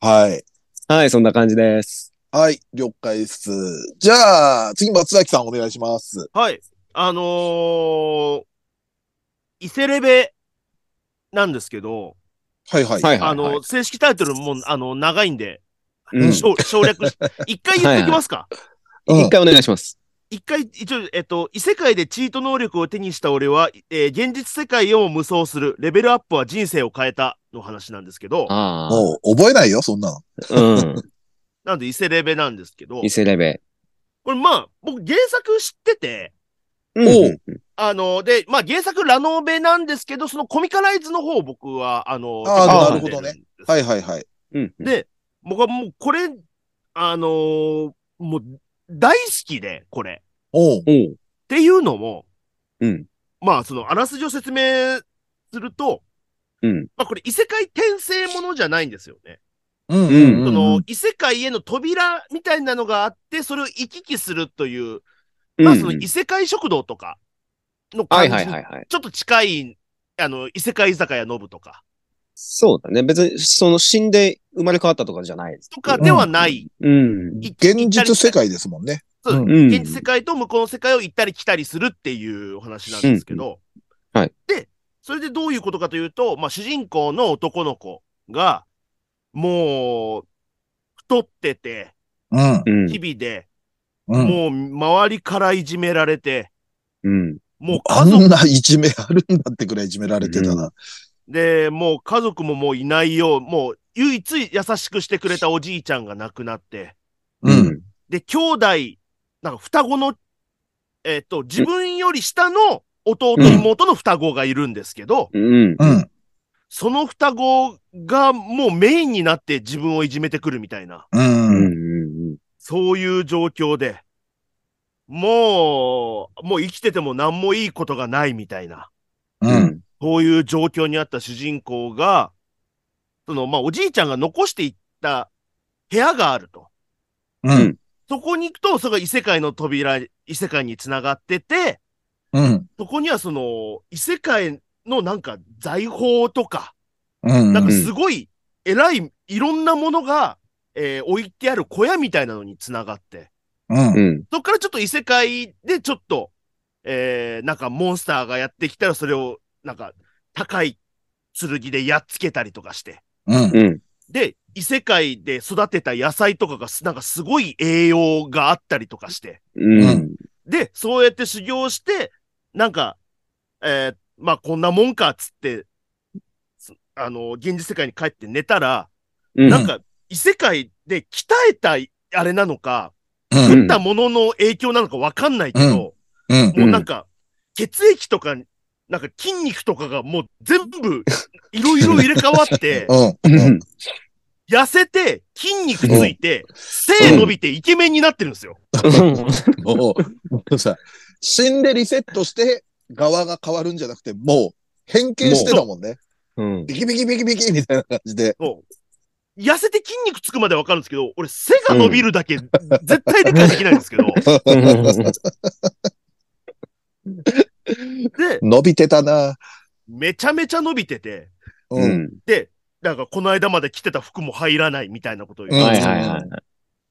Speaker 2: はい。
Speaker 3: はい、そんな感じです。
Speaker 2: はい、了解です。じゃあ、次、松崎さんお願いします。
Speaker 4: はい。あのー、イセレベなんですけど、
Speaker 2: はいはい。
Speaker 3: はいはい。
Speaker 4: あの、正式タイトルも、あの、長いんで、
Speaker 3: うん
Speaker 4: 省省略し、 一回言っておきますか。
Speaker 2: うん
Speaker 3: 一回お願いします。
Speaker 4: 一回、一応、えっと、異世界でチート能力を手にした俺は、えー現実世界を無双する、レベルアップは人生を変えたの話なんですけど、
Speaker 3: ああ。
Speaker 2: もう覚えないよ、そんなの。
Speaker 3: うん。
Speaker 4: なんで異世レベなんですけど
Speaker 3: 伊、勢レベ。
Speaker 4: これまあ、僕原作知ってて、
Speaker 3: おう。
Speaker 4: あの、で、まあ原作ラノベなんですけど、そのコミカライズの方を僕は、あの、
Speaker 2: あ
Speaker 4: 結構
Speaker 3: ー
Speaker 2: なるほ
Speaker 4: 読
Speaker 2: どね
Speaker 4: んでんです。
Speaker 2: はいはいはい。
Speaker 3: うん。
Speaker 4: で僕はもうこれ、あのーもう大好きで、これ。
Speaker 2: おう
Speaker 3: おう。
Speaker 4: っていうのも、
Speaker 3: うん。
Speaker 4: まあそのあらすじを説明すると、
Speaker 3: うん。
Speaker 4: まあこれ異世界転生ものじゃないんですよね。
Speaker 2: うん
Speaker 3: うん
Speaker 2: うんうん。
Speaker 4: その異世界への扉みたいなのがあって、それを行き来するという、まあその異世界食堂とかの
Speaker 3: は
Speaker 4: 感
Speaker 3: い
Speaker 4: じ
Speaker 3: はい
Speaker 4: に
Speaker 3: はいはい。
Speaker 4: ちょっと近い、あの、異世界居酒屋ノブとか、
Speaker 3: そうだね。別に、その死んで生まれ変わったとかじゃないです。
Speaker 4: とかではない。
Speaker 3: うん。
Speaker 4: い
Speaker 2: 現実世。
Speaker 4: 行ったり来たり
Speaker 2: 界ですもんね。
Speaker 4: そう
Speaker 2: うん
Speaker 4: 現実世界と向こうの世界を行ったり来たりするっていうお話なんですけど。
Speaker 3: うんはい。
Speaker 4: で、それでどういうことかというと、まあ主人公の男の子が、もう、太ってて、
Speaker 2: うん。
Speaker 3: うん。
Speaker 4: 日々で、
Speaker 2: うん。
Speaker 4: もう周りからいじめられて、
Speaker 3: うん。
Speaker 4: もう家
Speaker 2: あ
Speaker 4: 族
Speaker 2: んないじめあるんだってくらいいじめられてたな。
Speaker 4: で、もう家族ももういないよう、もう唯一優しくしてくれたおじいちゃんが亡くなって、
Speaker 2: う。
Speaker 3: うんん。
Speaker 4: で、兄弟、なんか双子の、えっ、と、自分より下の弟、
Speaker 3: うん
Speaker 4: 妹の双子がいるんですけど、
Speaker 3: うん。
Speaker 2: うん。
Speaker 4: その双子がもうメインになって自分をいじめてくるみたいな、
Speaker 3: う
Speaker 2: うん。
Speaker 3: ん。
Speaker 4: そういう状況で、もう、もう生きてても何もいいことがないみたいな、
Speaker 2: うん。
Speaker 4: そういう状況にあった主人公が、その、まあ、おじいちゃんが残していった部屋があると。
Speaker 2: うん。
Speaker 4: そこに行くと、それが異世界の扉、異世界に繋がってて、
Speaker 2: うん。
Speaker 4: そこにはその、異世界のなんか財宝とか、
Speaker 2: うん。
Speaker 4: なんかすごい偉い、いろんなものが、えー置いてある小屋みたいなのに繋がって、
Speaker 2: うん。
Speaker 3: うん。
Speaker 4: そこからちょっと異世界でちょっと、えー、なんかモンスターがやってきたらそれを、なんか、高い剣でやっつけたりとかして、
Speaker 2: うん。
Speaker 3: うん。
Speaker 4: で、異世界で育てた野菜とかがす、なんかすごい栄養があったりとかして、
Speaker 3: うん。
Speaker 4: で、そうやって修行して、なんか、えーまあこんなもんかっつって、すあの、現実世界に帰って寝たら、
Speaker 3: うん
Speaker 4: なんか異世界で鍛えたあれなのか、
Speaker 2: うん。
Speaker 4: 食ったものの影響なのかわかんないけど、
Speaker 2: うん。
Speaker 4: もうなんか、血液とか、なんか筋肉とかがもう全部、いろいろ入れ替わって、
Speaker 2: うん。
Speaker 4: 痩せて、筋肉ついて、背伸びてイケメンになってるんですよ。
Speaker 2: もう、さ、死んでリセットして側が変わるんじゃなくて、もう変形してたもんね。
Speaker 3: うん。
Speaker 2: ビキビキビキビキみたいな感じで。
Speaker 4: そう痩せて筋肉つくまでわかるんですけど、俺背が伸びるだけ、絶対理解できないんですけど、で、
Speaker 2: 伸びてたな。
Speaker 4: めちゃめちゃ伸びてて、
Speaker 2: う。
Speaker 3: うんん。
Speaker 4: で、なんかこの間まで着てた服も入らないみたいなことを言う、
Speaker 2: うん
Speaker 3: はいはいはい。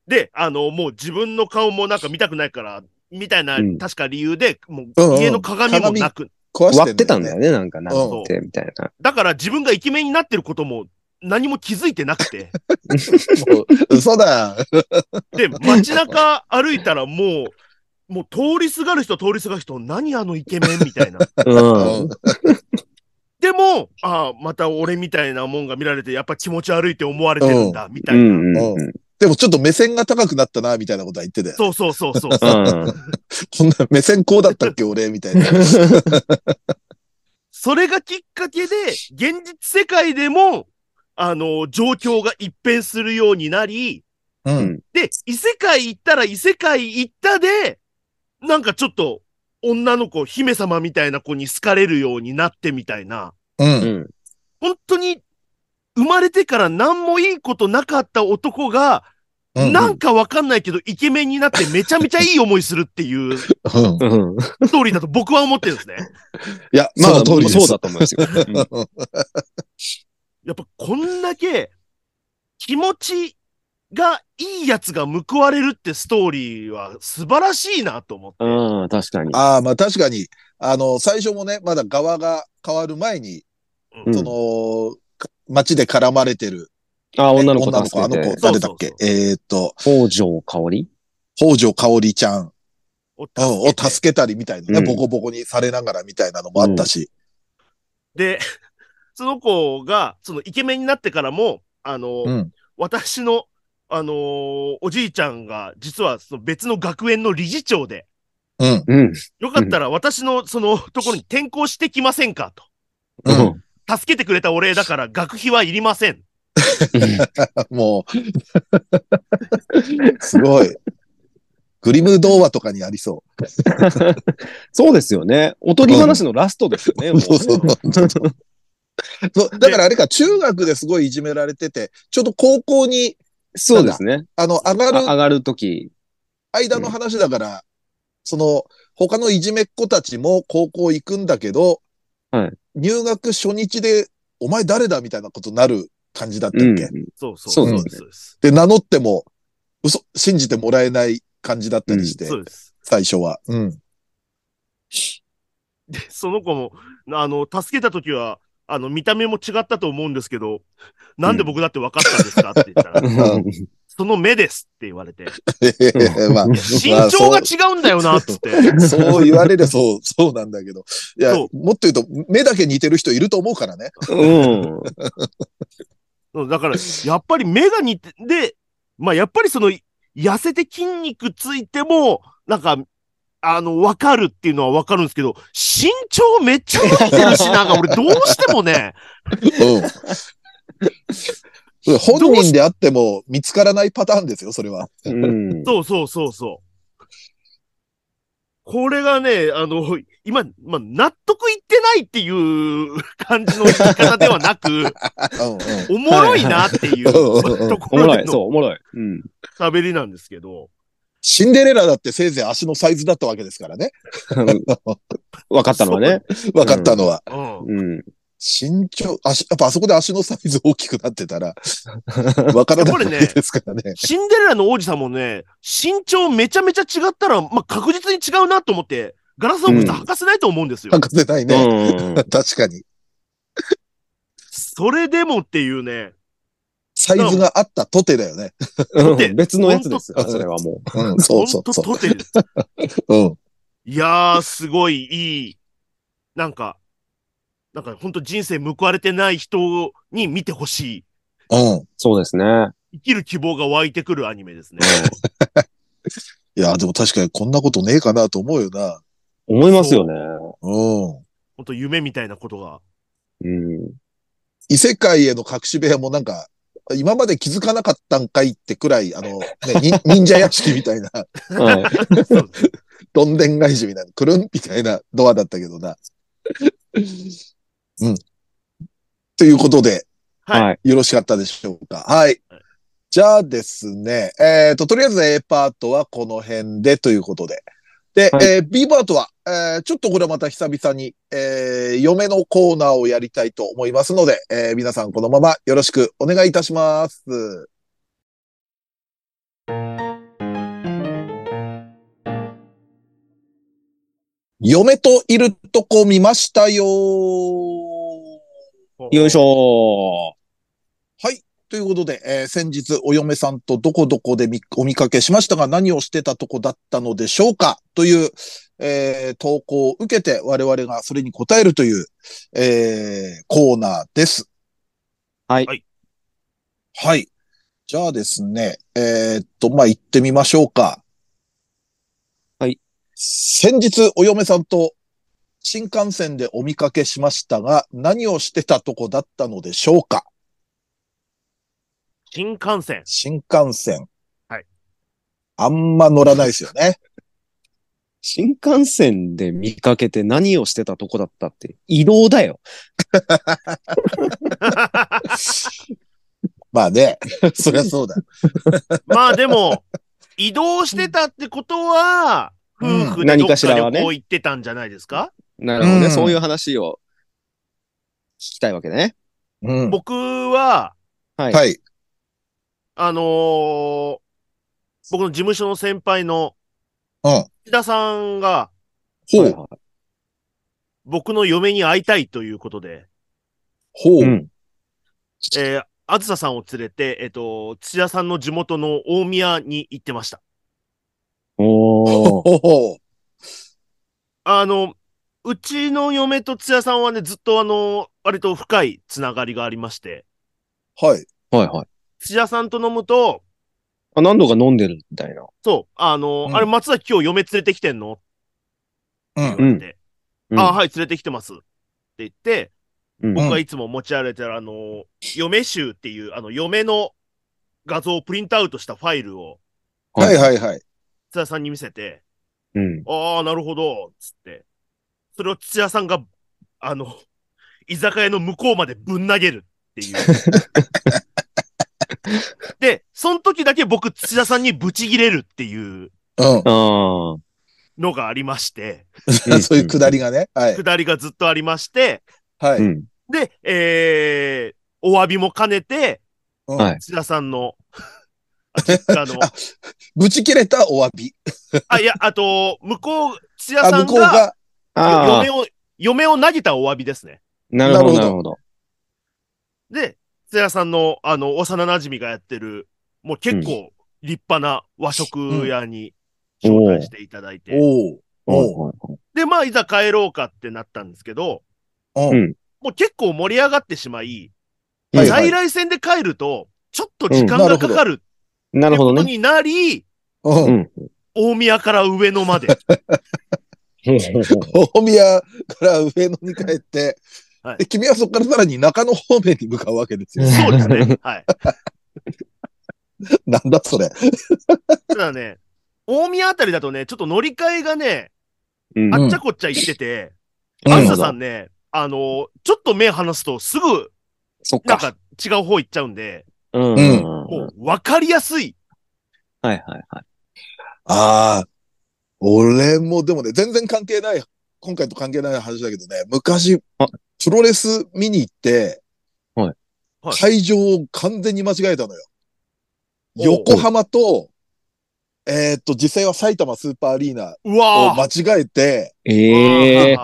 Speaker 4: で、あの、もう自分の顔もなんか見たくないから、みたいな、
Speaker 3: うん
Speaker 4: 確か理由で、もう
Speaker 2: うんうん
Speaker 4: 家の鏡もなく、
Speaker 2: 壊して
Speaker 3: 割ってたんだよね、なんか、なんて、みたいな。
Speaker 4: だから自分がイケメンになってることも何も気づいてなくて、
Speaker 2: もう嘘だ。
Speaker 4: で、街中歩いたらもう、もう通りすがる人通りすがる人、何あのイケメンみたいな。
Speaker 3: うん。
Speaker 4: でも、ああ、また俺みたいなもんが見られて、やっぱ気持ち悪いって思われてるんだ、みた
Speaker 3: う
Speaker 4: いな。
Speaker 3: ん。うん。
Speaker 2: でもちょっと目線が高くなったな、みたいなことは言ってたよ。
Speaker 4: そうそうそうそう。
Speaker 2: こんな目線こうだったっけ、俺、みたいな。
Speaker 4: それがきっかけで、現実世界でも、あの、状況が一変するようになり、
Speaker 2: うん。
Speaker 4: で、異世界行ったら異世界行ったで、なんかちょっと、女の子、姫様みたいな子に好かれるようになってみたいな、
Speaker 2: うん。
Speaker 3: うん。
Speaker 4: 本当に生まれてから何もいいことなかった男が、
Speaker 2: うん
Speaker 4: なんかわかんないけど、イケメンになってめちゃめちゃいい思いするっていうス
Speaker 2: うん
Speaker 3: うん。
Speaker 4: トーリーだと僕は思ってるんですね。
Speaker 3: いや、
Speaker 2: その通りです
Speaker 3: そうだと思いますよ。うん
Speaker 4: やっぱこんだけ気持ちがいいやつが報われるってストーリーは素晴らしいなと思って。
Speaker 3: うん、確かに。
Speaker 2: ああ、まあ確かに、あの、最初もね、まだ側が変わる前に、
Speaker 4: うん
Speaker 2: その、か街で絡まれてる、
Speaker 3: あ、
Speaker 2: ね
Speaker 3: 女の子
Speaker 2: 女の
Speaker 3: 助
Speaker 2: 子、あ
Speaker 3: け
Speaker 2: の子
Speaker 3: て、。
Speaker 2: 誰だっけ
Speaker 4: そう
Speaker 2: えーっと、
Speaker 3: 北条香織
Speaker 2: 北条香織ちゃん
Speaker 4: お助
Speaker 2: うん
Speaker 4: け
Speaker 2: を助けたりみたいなね、
Speaker 3: うん
Speaker 2: ボコボコにされながらみたいなのもあったし。
Speaker 4: で、 その子が、そのイケメンになってからも、あの、
Speaker 2: うん。
Speaker 4: 私の、あのーおじいちゃんが、実はその別の学園の理事長で、
Speaker 2: うん。
Speaker 3: うん。
Speaker 4: よかったら私のそのところに転校してきませんかと。
Speaker 2: う
Speaker 3: うんん。
Speaker 4: 助けてくれたお礼だから学費はいりません。
Speaker 2: もう、 すごい。グリム童話とかにありそう。
Speaker 3: そうですよね。おとぎ話のラストですよね、もう
Speaker 2: そうそう そうだからあれか、中学ですごいいじめられてて、ちょうど高校に、
Speaker 3: そうですね。
Speaker 2: あの、上
Speaker 3: あ
Speaker 2: がる
Speaker 3: 上がるとき。
Speaker 2: 間の話だから、その、他のいじめっ子たちも高校行くんだけど、
Speaker 3: はい
Speaker 2: 入学初日で、お前誰だみたいなことになる感じだったっ
Speaker 3: う
Speaker 2: け、
Speaker 3: ん。
Speaker 4: そうそうそう
Speaker 2: そう
Speaker 4: で。
Speaker 3: ですすね
Speaker 4: そうです。
Speaker 2: で、名乗っても、嘘、信じてもらえない感じだったりして、
Speaker 4: そうです。
Speaker 2: 最初は。うん。
Speaker 4: で、その子も、あの、助けた時は、あの、見た目も違ったと思うんですけど、なんで僕だって分かったんですかって言ったら、 その目ですって言われて、
Speaker 2: まあ、
Speaker 4: 身長が違うんだよな、つって。
Speaker 2: そう言われる、そう、そうなんだけど。いや、
Speaker 4: そ
Speaker 2: もっと言うと、目だけ似てる人いると思うからね。
Speaker 3: うん。
Speaker 4: そうだから、やっぱり目が似て、で、まあやっぱりその、痩せて筋肉ついても、なんか、あの、わかるっていうのはわかるんですけど、身長めっちゃ似てるし、なんか俺どうしても ね、
Speaker 2: うん。本人であっても見つからないパターンですよ、それは。
Speaker 3: うん。
Speaker 4: そうそうそうそう。これがね、あの、今、まあ、納得いってないっていう感じの言い方ではなく、
Speaker 2: うんうん。
Speaker 4: おもろいなっていうと
Speaker 3: お
Speaker 4: こ
Speaker 3: も
Speaker 4: ろ
Speaker 3: ろ
Speaker 4: で
Speaker 3: い、そう、
Speaker 4: の
Speaker 3: おもろい。 うん。
Speaker 4: 喋りなんですけど、
Speaker 2: シンデレラだってせいぜい足のサイズだったわけですから ね。
Speaker 3: 分かったのはね。
Speaker 2: 分かったのは。
Speaker 4: うん。
Speaker 3: うん。
Speaker 2: 身長、足、やっぱあそこで足のサイズ大きくなってた ら、分からないわけですからね。
Speaker 4: シンデレラの王子さんもね、身長めちゃめちゃ違ったら、まあ、確実に違うなと思って、ガラスの靴履かせないと思うんですよ。
Speaker 2: 分かってないね。
Speaker 3: う
Speaker 2: 確かに。
Speaker 4: それでもっていうね、
Speaker 2: サイズがあったとてだよね。
Speaker 3: ん。別のやつですから、それはも
Speaker 2: うん、そ
Speaker 4: ほ
Speaker 2: うんそ
Speaker 4: と
Speaker 2: うそ
Speaker 4: とてです。
Speaker 2: う。うん。
Speaker 4: いやー、すごいいい、なんか、なんか本当人生報われてない人に見てほし
Speaker 2: うん。
Speaker 3: う。そうですね。
Speaker 4: い。生きる希望が湧いてくるアニメですね。
Speaker 2: いや、でも確かにこんなことねえかなと思うよな。
Speaker 3: 思いますよね。
Speaker 2: うん。
Speaker 4: 本当夢みたいなことが。
Speaker 3: うん。
Speaker 2: 異世界への隠し部屋もなんか、今まで気づかなかったんかいってくらい、あの、ね、に 忍者屋敷みたいな、
Speaker 3: はい。
Speaker 4: そう
Speaker 2: どんでん返しみたいな、くるんみたいなドアだったけどな。うん。ということで、
Speaker 4: はい。
Speaker 2: よろしかったでしょうか。はい。じゃあですね、えっ、と、とりあえず A パートはこの辺でということで。で、
Speaker 3: はい
Speaker 2: えー B パートは、えーちょっとこれまた久々に、えー嫁のコーナーをやりたいと思いますので、えー皆さんこのままよろしくお願いいたします。嫁といるとこ見ましたよー
Speaker 3: よいしょ
Speaker 2: ということで、えー先日お嫁さんとどこどこで見お見かけしましたが何をしてたとこだったのでしょうかという、えー投稿を受けて我々がそれに答えるという、えーコーナーです。
Speaker 3: はい
Speaker 4: はい。
Speaker 2: はい。じゃあですね、えーっと、まあ、行ってみましょうか。
Speaker 3: はい。
Speaker 2: 先日お嫁さんと新幹線でお見かけしましたが何をしてたとこだったのでしょうか
Speaker 4: 新幹線。
Speaker 2: 新幹線。
Speaker 4: はい。
Speaker 2: あんま乗らないですよね。
Speaker 3: 新幹線で見かけて何をしてたとこだったって、移動だ よ。
Speaker 2: まあね、 そりゃそうだ。
Speaker 4: まあでも、移動してたってことは、
Speaker 2: うん
Speaker 4: 夫婦でど
Speaker 3: 何
Speaker 4: っか
Speaker 3: かしらはね
Speaker 4: 旅行行ってたんじゃないですか
Speaker 3: なるほどね。
Speaker 2: うん
Speaker 3: そういう話を聞きたいわけね。
Speaker 2: うん。
Speaker 4: 僕は、
Speaker 3: はい。
Speaker 2: はい。
Speaker 4: あのー僕の事務所の先輩の
Speaker 2: うん。
Speaker 4: 志田さんが
Speaker 2: ほ。
Speaker 3: はいうはい
Speaker 4: 僕の嫁に会いたいということで、
Speaker 2: ほう。
Speaker 3: うん
Speaker 4: えー、あずささんを連れて、えっ、と、土田さんの地元の大宮に行ってました。
Speaker 3: おー。
Speaker 2: ほうほう。
Speaker 4: あの、うちの嫁と土屋さんはね、ずっとあの、割と深いつながりがありまして、
Speaker 2: はい。
Speaker 3: はいはい。
Speaker 4: 土屋さんと飲むと、
Speaker 3: あ何度か飲んでるみたいな。
Speaker 4: そう、あの、
Speaker 2: うん
Speaker 4: あれ、松崎今日嫁連れてきてんのって
Speaker 2: うん。
Speaker 4: 言われて、
Speaker 3: うん
Speaker 4: あ、はい、連れてきてます。って言って、
Speaker 3: うん
Speaker 4: 僕がいつも持ち歩いてる、あの、嫁集っていう、あの、嫁の画像をプリントアウトしたファイルを、
Speaker 2: はいはいはい。
Speaker 4: 土屋さんに見せて、
Speaker 3: うん。
Speaker 4: ああ、なるほど、つって。それを土屋さんが、あの、居酒屋の向こうまでぶん投げるって いう。で、その時だけ僕、土屋さんにブチギレるっていう
Speaker 2: う
Speaker 3: あ
Speaker 4: のがありまして、
Speaker 2: ん。 そういうくだりがね。はい。
Speaker 4: 下りがずっとありまして、
Speaker 2: は
Speaker 3: あ。
Speaker 2: い。
Speaker 3: う
Speaker 2: うん
Speaker 3: ん。
Speaker 4: で、えー、お詫びも兼ねて、
Speaker 3: はい
Speaker 4: 土屋さんの、 あちあの、
Speaker 2: ぶち切れたお詫び。
Speaker 4: あ、いや、あと、向こう、土屋
Speaker 2: あ、
Speaker 4: さ
Speaker 2: 向
Speaker 4: ん
Speaker 2: こう
Speaker 4: が、
Speaker 2: が。
Speaker 3: ああ
Speaker 4: 嫁。を、嫁を投げたお詫びですね。
Speaker 3: なるほど、
Speaker 2: な
Speaker 3: な
Speaker 2: る
Speaker 3: る
Speaker 2: ほ
Speaker 3: ほど。
Speaker 4: で、津屋さんの、あの、幼馴染がやってる、もう結構立派な和食屋に
Speaker 3: うん
Speaker 4: 招待していただいて。
Speaker 2: おう。おう。
Speaker 3: はいはいはい
Speaker 4: で、まあ、いざ帰ろうかってなったんですけど、
Speaker 2: う
Speaker 3: うん
Speaker 2: ん。
Speaker 4: もう結構盛り上がってしまい、
Speaker 2: はいはい
Speaker 4: 在来線で帰ると、ちょっと時間がかかるって
Speaker 3: なるほ
Speaker 4: こ
Speaker 3: ど
Speaker 4: と
Speaker 3: ね。
Speaker 4: になり、
Speaker 2: うん。
Speaker 4: 大宮から上野まで。
Speaker 3: ほうほうほう
Speaker 2: 大宮から上野に帰って、
Speaker 4: はい
Speaker 2: で君はそこからさらに中野方面に向かうわけですよ。
Speaker 4: そうですね。はい。
Speaker 2: なんだそれ。
Speaker 4: ただね、大宮あたりだとね、ちょっと乗り換えがね、
Speaker 3: うん
Speaker 4: あっちゃこっちゃ行ってて、
Speaker 2: うん
Speaker 4: あずささんね、あの、ちょっと目離すとすぐ
Speaker 3: そっ
Speaker 4: なん
Speaker 3: か。
Speaker 4: か違う方行っちゃうんで、
Speaker 3: うん
Speaker 2: う
Speaker 4: もう分かりやすい。
Speaker 3: はいはいはい。
Speaker 2: ああ、俺もでもね、全然関係ない、今回と関係ない話だけどね、昔
Speaker 3: あ、
Speaker 2: プロレス見に行って、
Speaker 3: はい
Speaker 4: はい
Speaker 2: 会場を完全に間違えたのよ。
Speaker 4: おう
Speaker 2: 横浜と、えーっと、実際は埼玉スーパーアリーナ
Speaker 4: う
Speaker 2: を
Speaker 4: わ
Speaker 2: 間
Speaker 4: ぁ
Speaker 2: 違えて、
Speaker 3: ええ。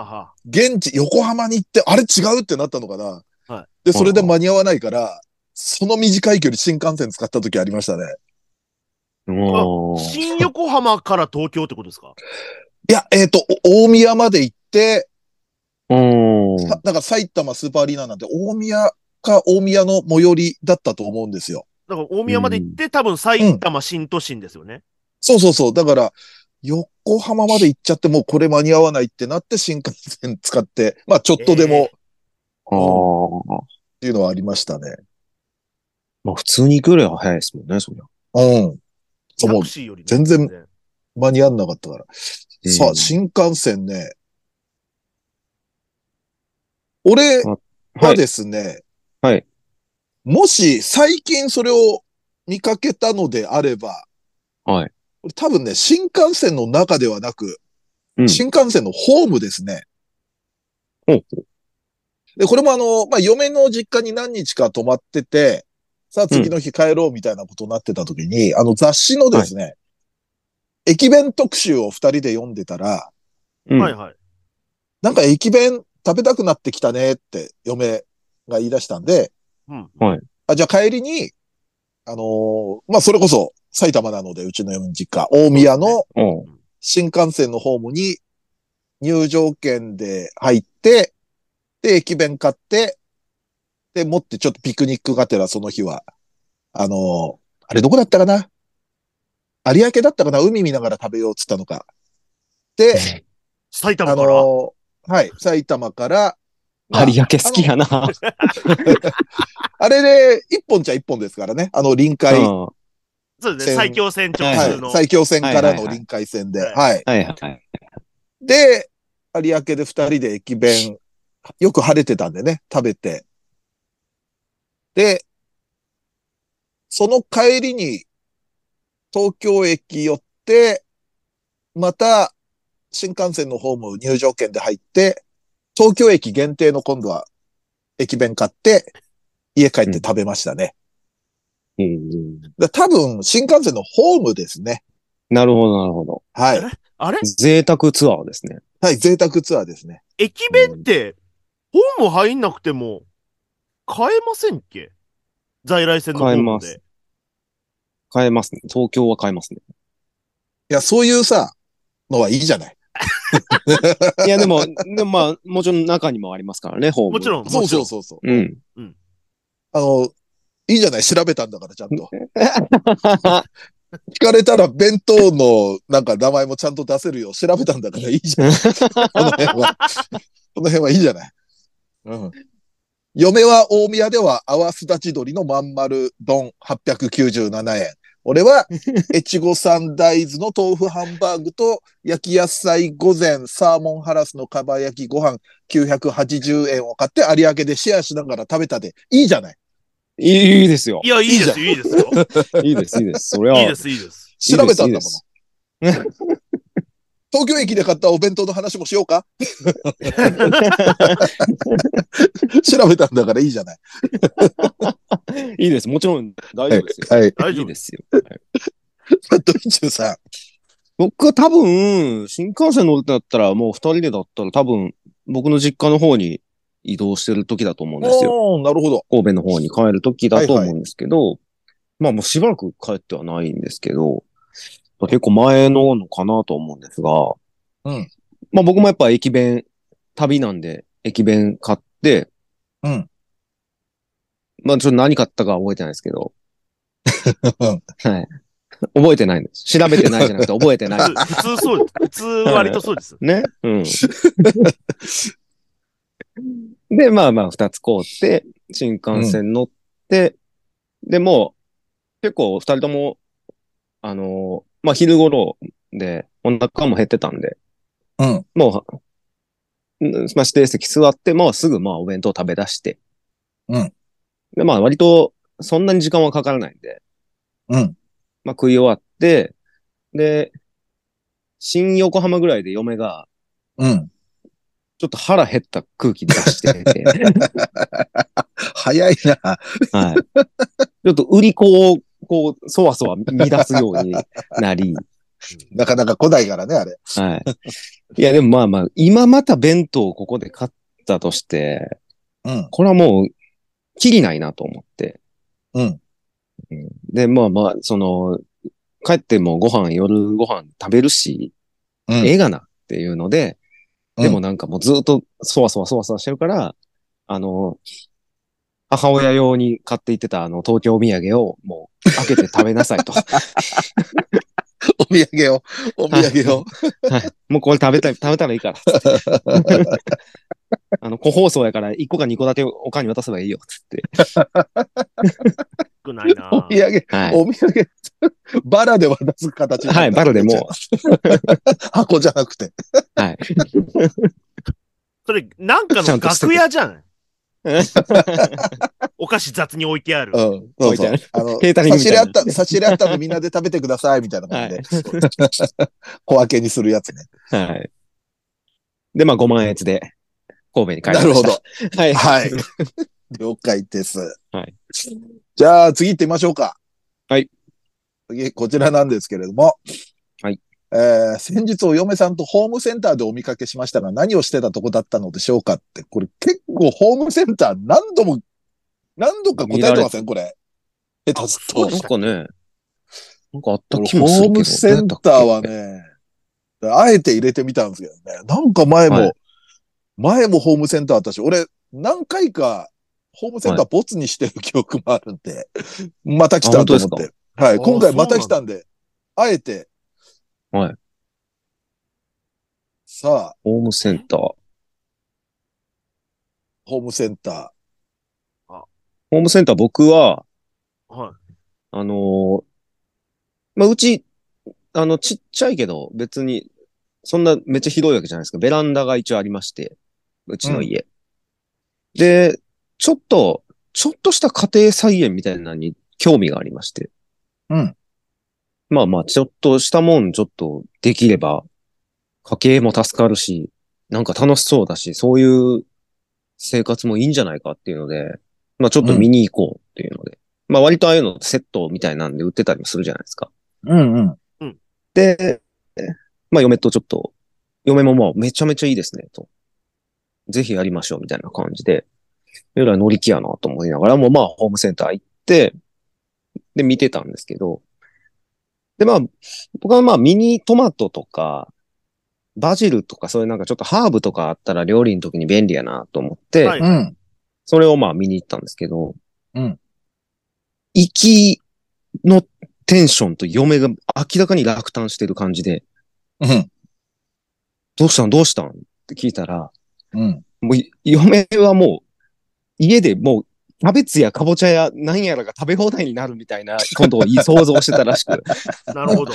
Speaker 2: 現地、横浜に行って、あれ違うってなったのかな、
Speaker 4: は
Speaker 2: で、それで間に合わないから、その短い距離新幹線使った時ありましたね。
Speaker 3: おー
Speaker 4: 新横浜から東京ってことですか
Speaker 2: いや、えっ、と、お大宮まで行って、
Speaker 3: おー
Speaker 2: さなんか埼玉スーパーアリーナなんて大宮か大宮の最寄りだったと思うんですよ。
Speaker 4: だから大宮まで行って、多分埼玉新都心ですよね。
Speaker 2: そうそうそう。だから、横浜まで行っちゃってもうこれ間に合わないってなって新幹線使って、まあちょっとでもっ
Speaker 3: あー
Speaker 2: ていうのはありましたね。
Speaker 3: まあ普通に行くよりは早いですもんね、そりゃ。
Speaker 2: うん。そう
Speaker 4: タ
Speaker 2: も
Speaker 4: クシーよりね
Speaker 2: 全然う間に合わなかったから。さ
Speaker 3: う
Speaker 2: あ、
Speaker 3: ん
Speaker 2: 新幹線ね。俺
Speaker 3: は。
Speaker 2: はいですね、
Speaker 3: はい
Speaker 2: もし最近それを見かけたのであれば、
Speaker 3: はい。
Speaker 2: これ多分ね、新幹線の中ではなく、
Speaker 3: うん
Speaker 2: 新幹線のホームですね。
Speaker 3: ほう
Speaker 2: で、これもあの、まあ、嫁の実家に何日か泊まってて、さあ次の日帰ろうみたいなことになってた時に、あの雑誌のですね、駅弁特集を二人で読んでたら、
Speaker 3: うん
Speaker 4: はいはい。
Speaker 2: なんか駅弁食べたくなってきたねって嫁が言い出したんで、
Speaker 4: うん。
Speaker 2: あ、じゃあ帰りに、あのーまあ、それこそ埼玉なので、うちの嫁の実家、大宮の
Speaker 3: おう
Speaker 2: 新幹線のホームに入場券で入って、で、駅弁買って、で、持ってちょっとピクニックがてらその日は、あのーあれどこだったかな有明だったかな海見ながら食べようっつったのか。で、
Speaker 4: 埼
Speaker 2: あ
Speaker 4: 玉から、
Speaker 2: のーはい、埼玉から、まあ
Speaker 3: 有明好きやな。は
Speaker 2: あれで、一本じゃ一本ですからね。あの、臨海、はい
Speaker 4: そうです
Speaker 2: 線
Speaker 4: ね、最強線直通の。
Speaker 2: 最強線から
Speaker 3: はいはい
Speaker 2: の
Speaker 3: はい
Speaker 2: 臨海線で、
Speaker 4: はい
Speaker 2: はい。
Speaker 3: いはい。
Speaker 2: で、有明で二人で駅弁、よく晴れてたんでね、食べて。で、その帰りに、東京駅寄って、また、新幹線のホーム入場券で入って、東京駅限定の今度は、駅弁買って、家帰って食べましたね。
Speaker 3: うんうん
Speaker 2: だ多分、新幹線のホームですね。
Speaker 3: なるほど、なるほど。
Speaker 2: はい。
Speaker 4: あれ
Speaker 3: 贅沢ツアーですね。
Speaker 2: はい、贅沢ツアーですね。
Speaker 4: 駅弁って、ホーム入んなくても、買えませんっけ在来線のホーム
Speaker 3: 買え
Speaker 4: で。
Speaker 3: 買えますね。東京は買えますね。
Speaker 2: いや、そういうさ、のはいいじゃない。
Speaker 3: いや、でも、 でもまあ、もちろん中にもありますからね、ホーム。
Speaker 4: もちろ
Speaker 3: ん。
Speaker 4: ん、
Speaker 2: そ
Speaker 4: も
Speaker 2: う
Speaker 4: ち
Speaker 2: そ
Speaker 4: ろ。
Speaker 2: うんそうそう。
Speaker 3: うん。
Speaker 2: あの、いいじゃない、調べたんだから、ちゃんと。聞かれたら弁当の、なんか名前もちゃんと出せるよ。調べたんだからいいじゃない。この辺は。 この辺はいいじゃない。うん。嫁は大宮では泡すだち鶏のまん丸丼897円。俺は、越後三大豆の豆腐ハンバーグと焼き野菜御膳サーモンハラスのかば焼きご飯980円を買って有明でシェアしながら食べたでいいじゃない。
Speaker 3: いいいいですよ
Speaker 4: い。や、いいですよ、いいですよ。
Speaker 3: いいです、いいです。それはい
Speaker 4: い
Speaker 3: い
Speaker 4: で
Speaker 3: です。
Speaker 4: す、いいです。
Speaker 2: 調べたんだもの。
Speaker 3: いいですいいで
Speaker 2: 東京駅で買ったお弁当の話もしよう か調べたんだからいいじゃない。
Speaker 3: すいいです。もちろん大丈夫ですよ。
Speaker 2: はい。
Speaker 4: 大
Speaker 3: い
Speaker 4: 丈
Speaker 3: い
Speaker 4: 夫
Speaker 3: で
Speaker 4: です。
Speaker 3: すよ。はい
Speaker 2: ドイチューさん。
Speaker 3: 僕は多分、新幹線乗ってだったら、もう二人でだったら多分、僕の実家の方に移動してる時だと思うんですよ。
Speaker 2: おーなるほど。
Speaker 3: 神戸の方に帰る時だと思うんですけど、まあもうしばらく帰ってはないんですけど、まあ結構前ののかなと思うんですが、
Speaker 2: うん
Speaker 3: まあ僕もやっぱ駅弁、旅なんで駅弁買って、
Speaker 2: うん
Speaker 3: まあちょっと何買ったかは覚えてないですけど、
Speaker 2: うん
Speaker 3: はい。覚えてないんです。調べてないじゃなくて覚えてない。
Speaker 4: 普通そうです。普通割とそうです。
Speaker 3: ね。うん。 で、まあまあ、二つ買うて、新幹線乗って、で、もう、結構二人とも、あのーまあ、昼頃で、お腹も減ってたんで、
Speaker 2: うん。
Speaker 3: もう、うんまあ、指定席座って、まあ、すぐ、まあ、お弁当食べ出して、
Speaker 2: うん。
Speaker 3: で、まあ、割と、そんなに時間はかからないんで、
Speaker 2: うん。
Speaker 3: まあ、食い終わって、で、新横浜ぐらいで嫁が、
Speaker 2: うん。
Speaker 3: ちょっと腹減った空気出してて、
Speaker 2: 早いな。
Speaker 3: はい。ちょっと売り子を、こう、そわそわ乱すようになり、
Speaker 2: なかなか来ないからね、あれ。
Speaker 3: はい。いや、でもまあまあ、今また弁当をここで買ったとして、
Speaker 2: うん。
Speaker 3: これはもう、きりないなと思って。
Speaker 2: うん。
Speaker 3: うんで、まあまあ、その、帰ってもご飯、夜ご飯食べるし、
Speaker 2: うん
Speaker 3: ええがなっていうので、
Speaker 2: うん
Speaker 3: でもなんかもうずっとそわそわそわそわしてるから、あの、母親用に買っていってたあの東京土産をもう開けて食べ なさいと。
Speaker 2: お土産を、お土産を。
Speaker 3: もうこれ食べたい、食べたらいいから。 あの、個包装やから1個か2個だけおかんに渡せばいいよ、つって。
Speaker 4: 少ないな
Speaker 2: お土産、
Speaker 3: はい。
Speaker 2: お土産、バラで渡す形になった
Speaker 3: はい、バラでも。
Speaker 2: 箱じゃなくて。
Speaker 3: う、はい。
Speaker 4: それ、なんか
Speaker 3: ちゃん
Speaker 4: の
Speaker 3: として
Speaker 4: 楽屋じゃ ん。お菓子雑に置いてある
Speaker 2: う。ん。そう
Speaker 3: 置い
Speaker 2: そ
Speaker 3: てあ
Speaker 2: う
Speaker 3: る。
Speaker 2: あ の、
Speaker 3: ケータリング
Speaker 2: 差
Speaker 3: み
Speaker 2: した入
Speaker 3: い
Speaker 2: れ
Speaker 3: な
Speaker 2: あった、差し入れあったのみんなで食べてください、みたいな感じで。 小分けにするやつね。
Speaker 3: はい。で、まあ5万円で神戸に帰り
Speaker 2: な
Speaker 3: ました。
Speaker 2: るほど。。
Speaker 3: はい。
Speaker 2: はい。 了解です。
Speaker 3: はい。
Speaker 2: じゃあ、次行ってみましょうか。
Speaker 3: はい。
Speaker 2: 次、こちらなんですけれども。
Speaker 3: はい。
Speaker 2: えー、先日お嫁さんとホームセンターでお見かけしましたが、何をしてたとこだったのでしょうかって、これ結構ホームセンター何度も、何度か答えてませんこれ。え、たずっと。
Speaker 4: そうで
Speaker 3: なん
Speaker 4: した
Speaker 3: かね、なんかあった
Speaker 2: 俺
Speaker 3: 気
Speaker 2: ホ
Speaker 3: もするけど
Speaker 2: ームセンターは
Speaker 3: どうやったっ
Speaker 2: ね、あえて入れてみたんですけどね。なんか前も、
Speaker 3: はい
Speaker 2: 前もホームセンターあったし、俺何回かホームセンターボツにしてる記憶もあるんで、 また来たと思
Speaker 3: あ本当
Speaker 2: っ
Speaker 3: で
Speaker 2: て。はい、
Speaker 4: あ
Speaker 2: 今回
Speaker 4: そうな
Speaker 2: ま
Speaker 4: んだ
Speaker 2: た来たんで、あえて。
Speaker 3: はい。
Speaker 2: さあ、
Speaker 3: けホームセンター。
Speaker 2: ホームセンタ
Speaker 3: ホームセンター僕は、
Speaker 4: は
Speaker 3: あのーまあ、うち、あの、ちっちゃいけど、別に、そんなめっちゃひどいわけじゃないですか。ベランダが一応ありまして、うちの家。で、ちょっと、ちょっとした家庭菜園みたいなのに興味がありまして。
Speaker 2: うん。
Speaker 3: まあまあ、ちょっとしたもんちょっとできれば、家計も助かるし、なんか楽しそうだし、そういう生活もいいんじゃないかっていうので、まあちょっと見に行こうっていうので。まあ割とああいうのセットみたいなんで売ってたりもするじゃないですか。
Speaker 2: うんうん。
Speaker 3: で、まあ嫁とちょっと、嫁もまあめちゃめちゃいいですね、と。ぜひやりましょう、みたいな感じで。えらい乗り気やなと思いながらも、まあホームセンター行って、で見てたんですけど。でまあ、僕はまあミニトマトとか、バジルとかそういうなんかちょっとハーブとかあったら料理の時に便利やなと思って、
Speaker 4: はい
Speaker 2: うん。
Speaker 3: それをまあ見に行ったんですけど、
Speaker 2: うん。
Speaker 3: 行きのテンションと嫁が明らかに落胆してる感じで、
Speaker 2: うん。
Speaker 3: どうしたんどうしたんって聞いたら、
Speaker 2: うん。
Speaker 3: もうい嫁はもう、家でもう、キャベツやカボチャや何やらが食べ放題になるみたいなことをい想像してた らしく、
Speaker 4: なるほど。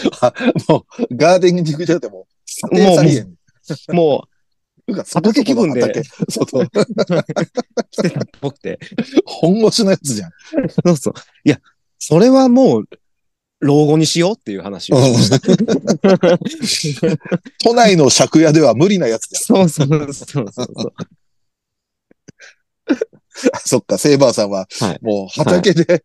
Speaker 2: もう、ガーデニングじゃなくてもう、家
Speaker 3: も
Speaker 2: 庭
Speaker 3: う
Speaker 2: 菜園。
Speaker 3: も
Speaker 2: うか、そこ
Speaker 3: 畑
Speaker 2: そ
Speaker 3: 気
Speaker 2: こ
Speaker 3: 分
Speaker 2: の
Speaker 3: で
Speaker 2: 畑。 そうそう。
Speaker 3: う、来てたっぽくて。
Speaker 2: 本腰のやつじゃん。
Speaker 3: そうそう。いや、それはもう、老後にしようっていう話を。
Speaker 2: 都内の借家では無理なやつじ
Speaker 3: そうそうそうそうそう。
Speaker 2: ゃん。あそっか、セイバーさんは
Speaker 3: はい、
Speaker 2: もう畑で、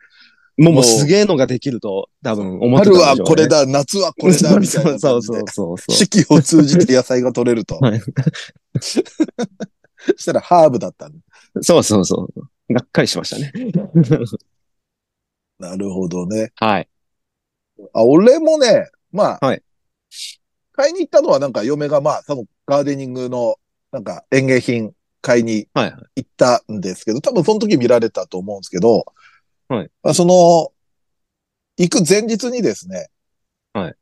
Speaker 3: も
Speaker 2: も
Speaker 3: うも
Speaker 2: う
Speaker 3: うすげえのができると、多分思ってた
Speaker 2: 春
Speaker 3: んでしょうね
Speaker 2: はこれ。だ、夏はこれ だ、みたいな
Speaker 3: そ
Speaker 2: 感
Speaker 3: う
Speaker 2: じ
Speaker 3: そ
Speaker 2: で
Speaker 3: う。そうそう。
Speaker 2: 四季を通じて野菜が取れると。
Speaker 3: はい
Speaker 2: そ したらハーブだったんだ
Speaker 3: そうそうそう。がっかりしましたね。
Speaker 2: なるほどね。
Speaker 3: はい。
Speaker 2: あ、俺もね、まあ、
Speaker 3: はい
Speaker 2: 買いに行ったのはなんか嫁がまあ、そのガーデニングのなんか園芸品買いに
Speaker 3: はいはい
Speaker 2: 行ったんですけど、多分その時見られたと思うんですけど、
Speaker 3: はい
Speaker 2: まあ、その、行く前日にですね、
Speaker 3: はい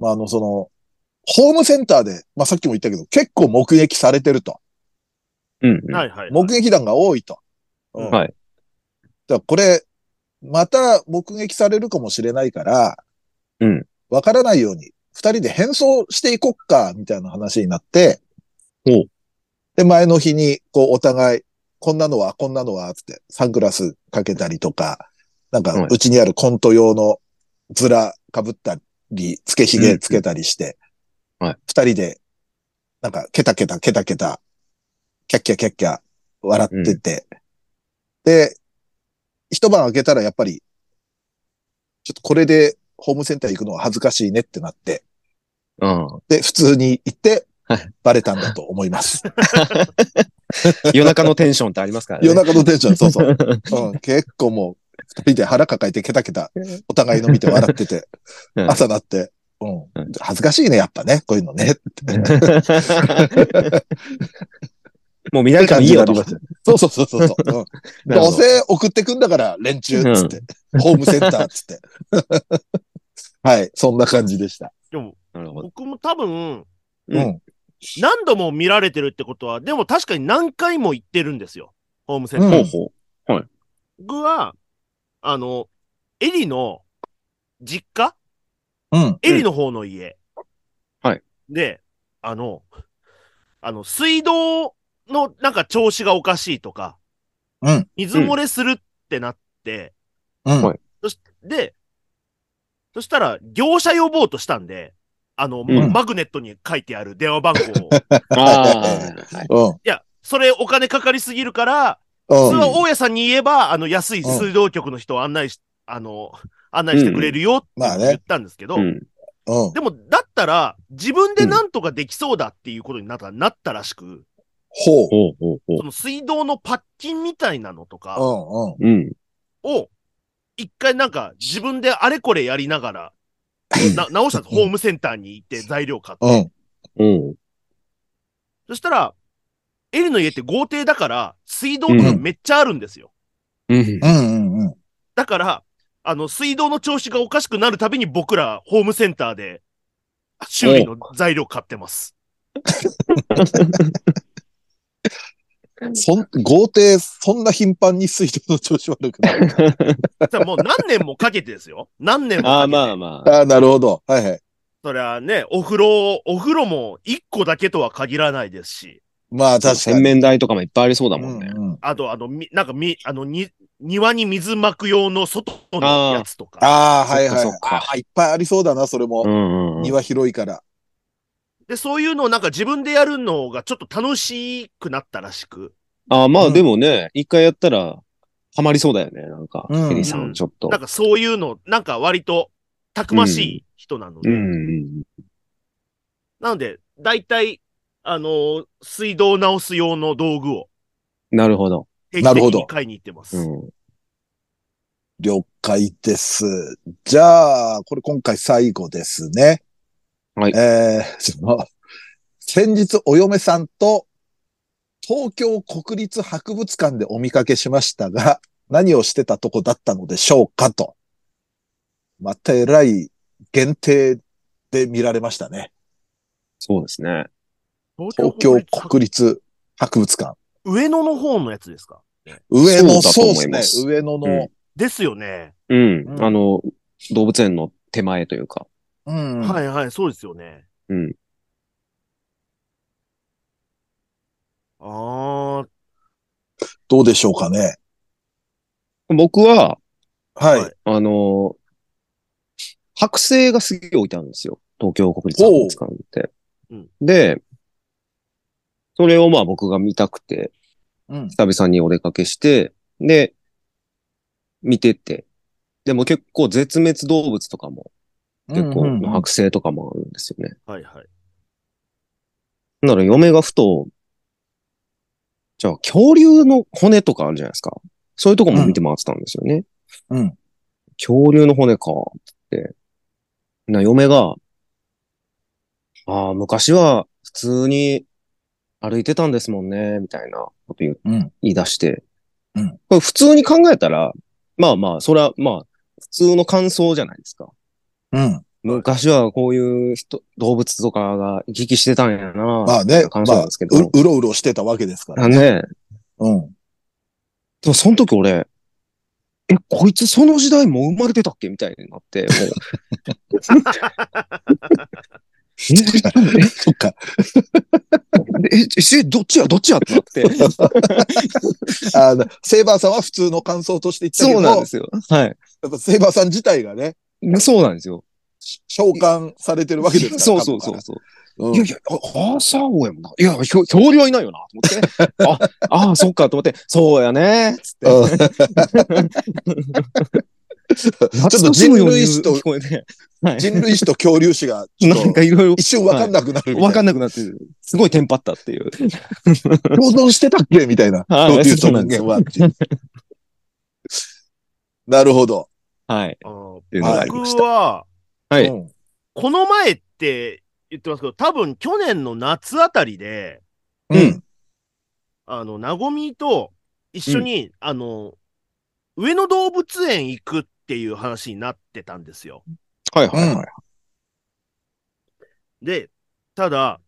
Speaker 2: まあ、あの、その、ホームセンターで、まあ、さっきも言ったけど、結構目撃されてると。
Speaker 3: うんうん。
Speaker 4: はいはい。
Speaker 2: 目撃談が多いと。うん
Speaker 3: は
Speaker 2: だ
Speaker 3: い。
Speaker 2: からこれ、また目撃されるかもしれないから、
Speaker 3: うん。
Speaker 2: わからないように、二人で変装していこっか、みたいな話になって、
Speaker 3: おう
Speaker 2: で、前の日に、こう、お互い、こんなのは、こんなのは、つって、サングラスかけたりとか、なん
Speaker 3: はい
Speaker 2: か、うちにあるコント用のズラ被ったり、つけひげつけたりして、
Speaker 3: うんはい。
Speaker 2: 二人で、なんか、ケタケタケタケタ、キャッキャキャッキャ、笑ってて、で、一晩明けたらやっぱり、ちょっとこれでホームセンター行くのは恥ずかしいねってなって、
Speaker 3: うん。
Speaker 2: で、普通に行って
Speaker 3: は、
Speaker 2: バレたんだと思います。
Speaker 3: 夜中のテンションってありますからね。
Speaker 2: 夜中のテンション、そうそう。うん、結構もう、二人で腹抱えてケタケタ、お互いの見て笑ってて、
Speaker 3: うん
Speaker 2: 朝だって、うん
Speaker 3: うん、
Speaker 2: 恥ずかしいね、やっぱね、こういうのね。
Speaker 3: もう見られたらいいよ と。
Speaker 2: 感じになりましたそうそうそうそうそう。うん
Speaker 3: な
Speaker 2: ど
Speaker 3: るほ
Speaker 2: うせ送ってくんだから、連中、つって、ホームセンター、つって。 はい、そんな感じでした。
Speaker 4: でも、
Speaker 3: なるほど。
Speaker 4: 僕も多分、
Speaker 2: う
Speaker 3: うんん。
Speaker 4: 何度も見られてるってことは、でも確かに何回も行ってるんですよ。ホームセンター。
Speaker 2: うん
Speaker 3: ほうほ
Speaker 4: 僕は、あの、エリの実家
Speaker 2: うん。
Speaker 4: エリの方の家。
Speaker 3: はい。
Speaker 4: で、あの、あの、水道のなんか調子がおかしいとか、
Speaker 2: うん。
Speaker 4: 水漏れするってなって、
Speaker 2: うん。
Speaker 3: はい
Speaker 4: そしで、そしたら、業者呼ぼうとしたんで、あの、
Speaker 3: ん。
Speaker 4: マグネットに書いてある電話番号を。いう
Speaker 3: ああ。はい
Speaker 2: うん。
Speaker 4: や、それお金かかりすぎるから、
Speaker 2: う
Speaker 4: 普通
Speaker 2: ん。
Speaker 4: は大家さんに言えば、あの、安い水道局の人を案内し、あの、案内してくれるよって
Speaker 2: まあ
Speaker 4: 言っ
Speaker 2: ね。
Speaker 4: たんですけど、
Speaker 3: うん。
Speaker 2: うん。
Speaker 4: でも、だったら、自分でなんとかできそうだっていうことになった,、なったらしく、
Speaker 2: ほう。
Speaker 3: ほうほうほ
Speaker 4: その水道のパッキンみたいなのとか
Speaker 2: うんうん。
Speaker 3: う。うん。
Speaker 4: を、一回なんか自分であれこれやりながら、な直したんですホームセンターに行って材料買って。
Speaker 2: うん。
Speaker 3: うん。
Speaker 4: そしたら、エリの家って豪邸だから、水道とかめっちゃあるんですよ。
Speaker 3: うん。
Speaker 2: うんうんうん。
Speaker 4: だから、あの、水道の調子がおかしくなるたびに僕ら、ホームセンターで、修理の材料買ってます。
Speaker 2: そん、豪邸、そんな頻繁に水道の調子悪くなる。
Speaker 4: だからもう何年もかけてですよ。何年もかけて。
Speaker 3: ああ、まあまあ。
Speaker 2: ああ、なるほど。はいはい。
Speaker 4: そりゃね、お風呂、お風呂も一個だけとは限らないですし、
Speaker 2: まあ確か
Speaker 3: 洗
Speaker 2: に。
Speaker 3: 面台とかもいっぱいありそうだもんね。
Speaker 2: うんうん
Speaker 4: あと、あの、みなんか、み、あの、に、庭に水まく用の外のやつとか。
Speaker 2: ああ、はいはい
Speaker 3: そっかそっ。
Speaker 2: あ
Speaker 3: か
Speaker 2: あ、いっぱいありそうだな、それも
Speaker 3: う。んうんうん。
Speaker 2: 庭広いから。
Speaker 4: で、そういうのをなんか自分でやるのがちょっと楽しくなったらしく。
Speaker 3: あま
Speaker 2: う
Speaker 3: あ
Speaker 2: ん
Speaker 3: でもね、一回やったら、ハマりそうだよね。なんか、
Speaker 2: うん
Speaker 3: エリさ
Speaker 4: うん
Speaker 3: ん、ちょっと
Speaker 4: なん。かそういうの、なんか割とたくましい人なの
Speaker 3: う
Speaker 4: で。
Speaker 3: んうん。
Speaker 4: なので、大体、あのー水道を直す用の道具を
Speaker 3: なるほど。
Speaker 4: 定
Speaker 2: な
Speaker 4: 期
Speaker 2: るほ
Speaker 4: 的
Speaker 2: ど
Speaker 4: に買いに行ってます。
Speaker 3: うん。
Speaker 2: 了解です。じゃあ、これ今回最後ですね。
Speaker 3: はい
Speaker 2: えー、その、先日お嫁さんと東京国立博物館でお見かけしましたが、何をしてたとこだったのでしょうかと。またえらい限定で見られましたね。
Speaker 3: そうですね。
Speaker 2: 東京国立博物館。
Speaker 4: 上野の方のやつですか
Speaker 2: 上野、
Speaker 3: そ
Speaker 2: そう
Speaker 3: うだ
Speaker 2: で
Speaker 3: と思
Speaker 2: す
Speaker 3: い
Speaker 2: ね
Speaker 3: ます。
Speaker 2: 上野の、
Speaker 4: ですよね。
Speaker 3: うん。
Speaker 2: うん
Speaker 3: あの、動物園の手前というか。
Speaker 2: うん
Speaker 4: はいはい、そうですよね。
Speaker 3: うん。
Speaker 4: あ
Speaker 2: どうでしょうかね。
Speaker 3: 僕は、
Speaker 2: はい。
Speaker 4: はい
Speaker 3: あの、剥製がすげえ置いてあるんですよ。東京国立博物館って
Speaker 4: ほううん。
Speaker 3: で、それをまあ僕が見たくて、
Speaker 2: うん。
Speaker 3: 久々にお出かけして、で、見てて。でも結構絶滅動物とかも、結構
Speaker 2: うんうんうん
Speaker 3: 剥製とかもあるんですよね。
Speaker 4: あ、はいはい。
Speaker 3: なので嫁がふと、じゃあ恐竜の骨とかあるじゃないですか。そういうとこも見て回ってたんですよね。
Speaker 2: うん。
Speaker 3: 恐竜の骨か、って。な、嫁が、ああ、昔は普通に歩いてたんですもんね、みたいなこと言う
Speaker 2: うん。
Speaker 3: 言い出して。
Speaker 2: うん
Speaker 3: これ普通に考えたら、まあまあ、それはまあ、普通の感想じゃないですか。
Speaker 2: うん。
Speaker 3: 昔はこういう人、動物とかが行き来してたんやな。
Speaker 2: まあね、ま
Speaker 3: 感想なん
Speaker 2: あ
Speaker 3: ですけ、ど
Speaker 2: ううろうろしてたわけですから。
Speaker 3: あね。
Speaker 2: うん。
Speaker 3: でもその時俺、え、こいつその時代もう生まれてたっけみたいにな って、もう
Speaker 2: そっか。
Speaker 3: え、え、え、どっちや、どっちやってなって。
Speaker 2: あの、セイバーさんは普通の感想として言ったけ
Speaker 3: そう
Speaker 2: ど、
Speaker 3: なんですよ。はい。
Speaker 2: やっぱセイバーさん自体がね、
Speaker 3: そうなんですよ。
Speaker 2: 召喚されてるわけですから。
Speaker 3: そうそうそうそう。
Speaker 2: 多
Speaker 3: い
Speaker 2: 分
Speaker 3: やいや、ああ、そうやもんな。いや、ひょ恐竜はいないよな、と思って。あ、ああ、そっか、と思って、そうやね、つって。
Speaker 2: うん。うんちょっと人類史と
Speaker 3: 聞、こえて。 はい。
Speaker 2: 人類史と恐竜史が、ちょっ
Speaker 3: なん
Speaker 2: と
Speaker 3: かいろい
Speaker 2: 一瞬わかんなくなる
Speaker 3: ろ、
Speaker 2: みたい
Speaker 3: わ
Speaker 2: な。
Speaker 3: かんなくなって、すごいテンパったっていう。
Speaker 2: 共存してたっけみたいな。
Speaker 3: はい
Speaker 2: 恐竜
Speaker 3: そ
Speaker 2: と
Speaker 3: うなんです
Speaker 2: 人間は っていう。なるほど。
Speaker 3: はい。
Speaker 4: あー
Speaker 3: っていうのがありまし
Speaker 4: 僕
Speaker 3: た。
Speaker 4: は、
Speaker 3: はい
Speaker 2: うん
Speaker 4: この前って言ってますけど、多分去年の夏あたりで、
Speaker 2: う
Speaker 3: うん
Speaker 2: ん。
Speaker 4: あの、なごみと一緒に、あの、上野動物園行くっていう話になってたんですよ。
Speaker 3: はいはいはい。
Speaker 4: で、ただ、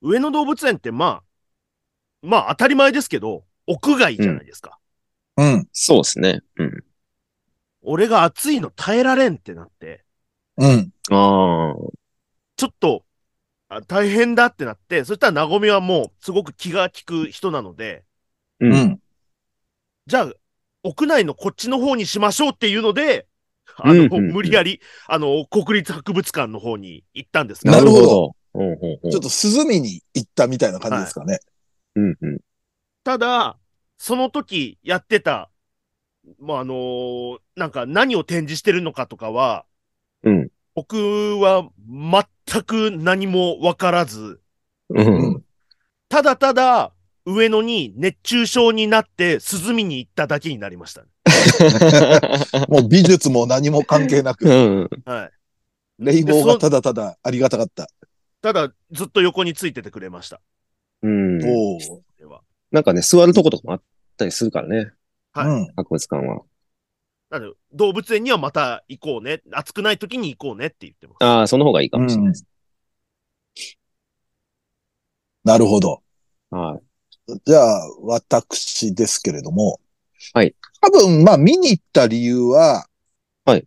Speaker 4: 上野動物園ってまあ、まあ当たり前ですけど、屋外じゃないですか。
Speaker 2: うん。
Speaker 3: そうですね。うん。
Speaker 4: 俺が暑いの耐えられんってなって、
Speaker 2: うん。
Speaker 3: あ
Speaker 4: ちょっと、あ大変だってなって、そしたらなごみはもうすごく気が利く人なので、
Speaker 3: うん
Speaker 2: うん。
Speaker 4: じゃあ、屋内のこっちの方にしましょうっていうので、あ
Speaker 3: うん
Speaker 4: の、
Speaker 3: うんうん
Speaker 4: 無理やり、あの、国立博物館の方に行ったんです
Speaker 3: あ。
Speaker 4: が
Speaker 2: な、るほ
Speaker 3: ど。うんうんうん
Speaker 2: ちょっと涼みに行ったみたいな感じですかね。
Speaker 3: うんうん。
Speaker 4: ただ、その時やってた、まあ、あのーなんか何を展示してるのかとかは、
Speaker 3: うん
Speaker 4: 僕は全く何もわからず、
Speaker 3: うんうん。
Speaker 4: ただただ上野に熱中症になって涼みに行っただけになりました、ね。
Speaker 2: もう美術も何も関係なく、
Speaker 3: うん。
Speaker 4: はい。
Speaker 2: レイボー
Speaker 4: で
Speaker 2: が
Speaker 4: そ
Speaker 2: ただただありがたかった。
Speaker 4: ただ、ずっと横についててくれました。
Speaker 3: うん。
Speaker 2: おお。
Speaker 4: では
Speaker 3: なんかね、座るとことかもあったりするからね、
Speaker 4: はい
Speaker 2: うん。
Speaker 3: 博物館は。
Speaker 4: なので、動物園にはまた行こうね。暑くない時に行こうねって言ってます。
Speaker 3: ああ、その方がいいかもしれないです。
Speaker 2: なるほど。
Speaker 3: はい。
Speaker 2: じゃあ、私ですけれども。
Speaker 3: はい。
Speaker 2: 多分、まあ、見に行った理由は、
Speaker 3: はい。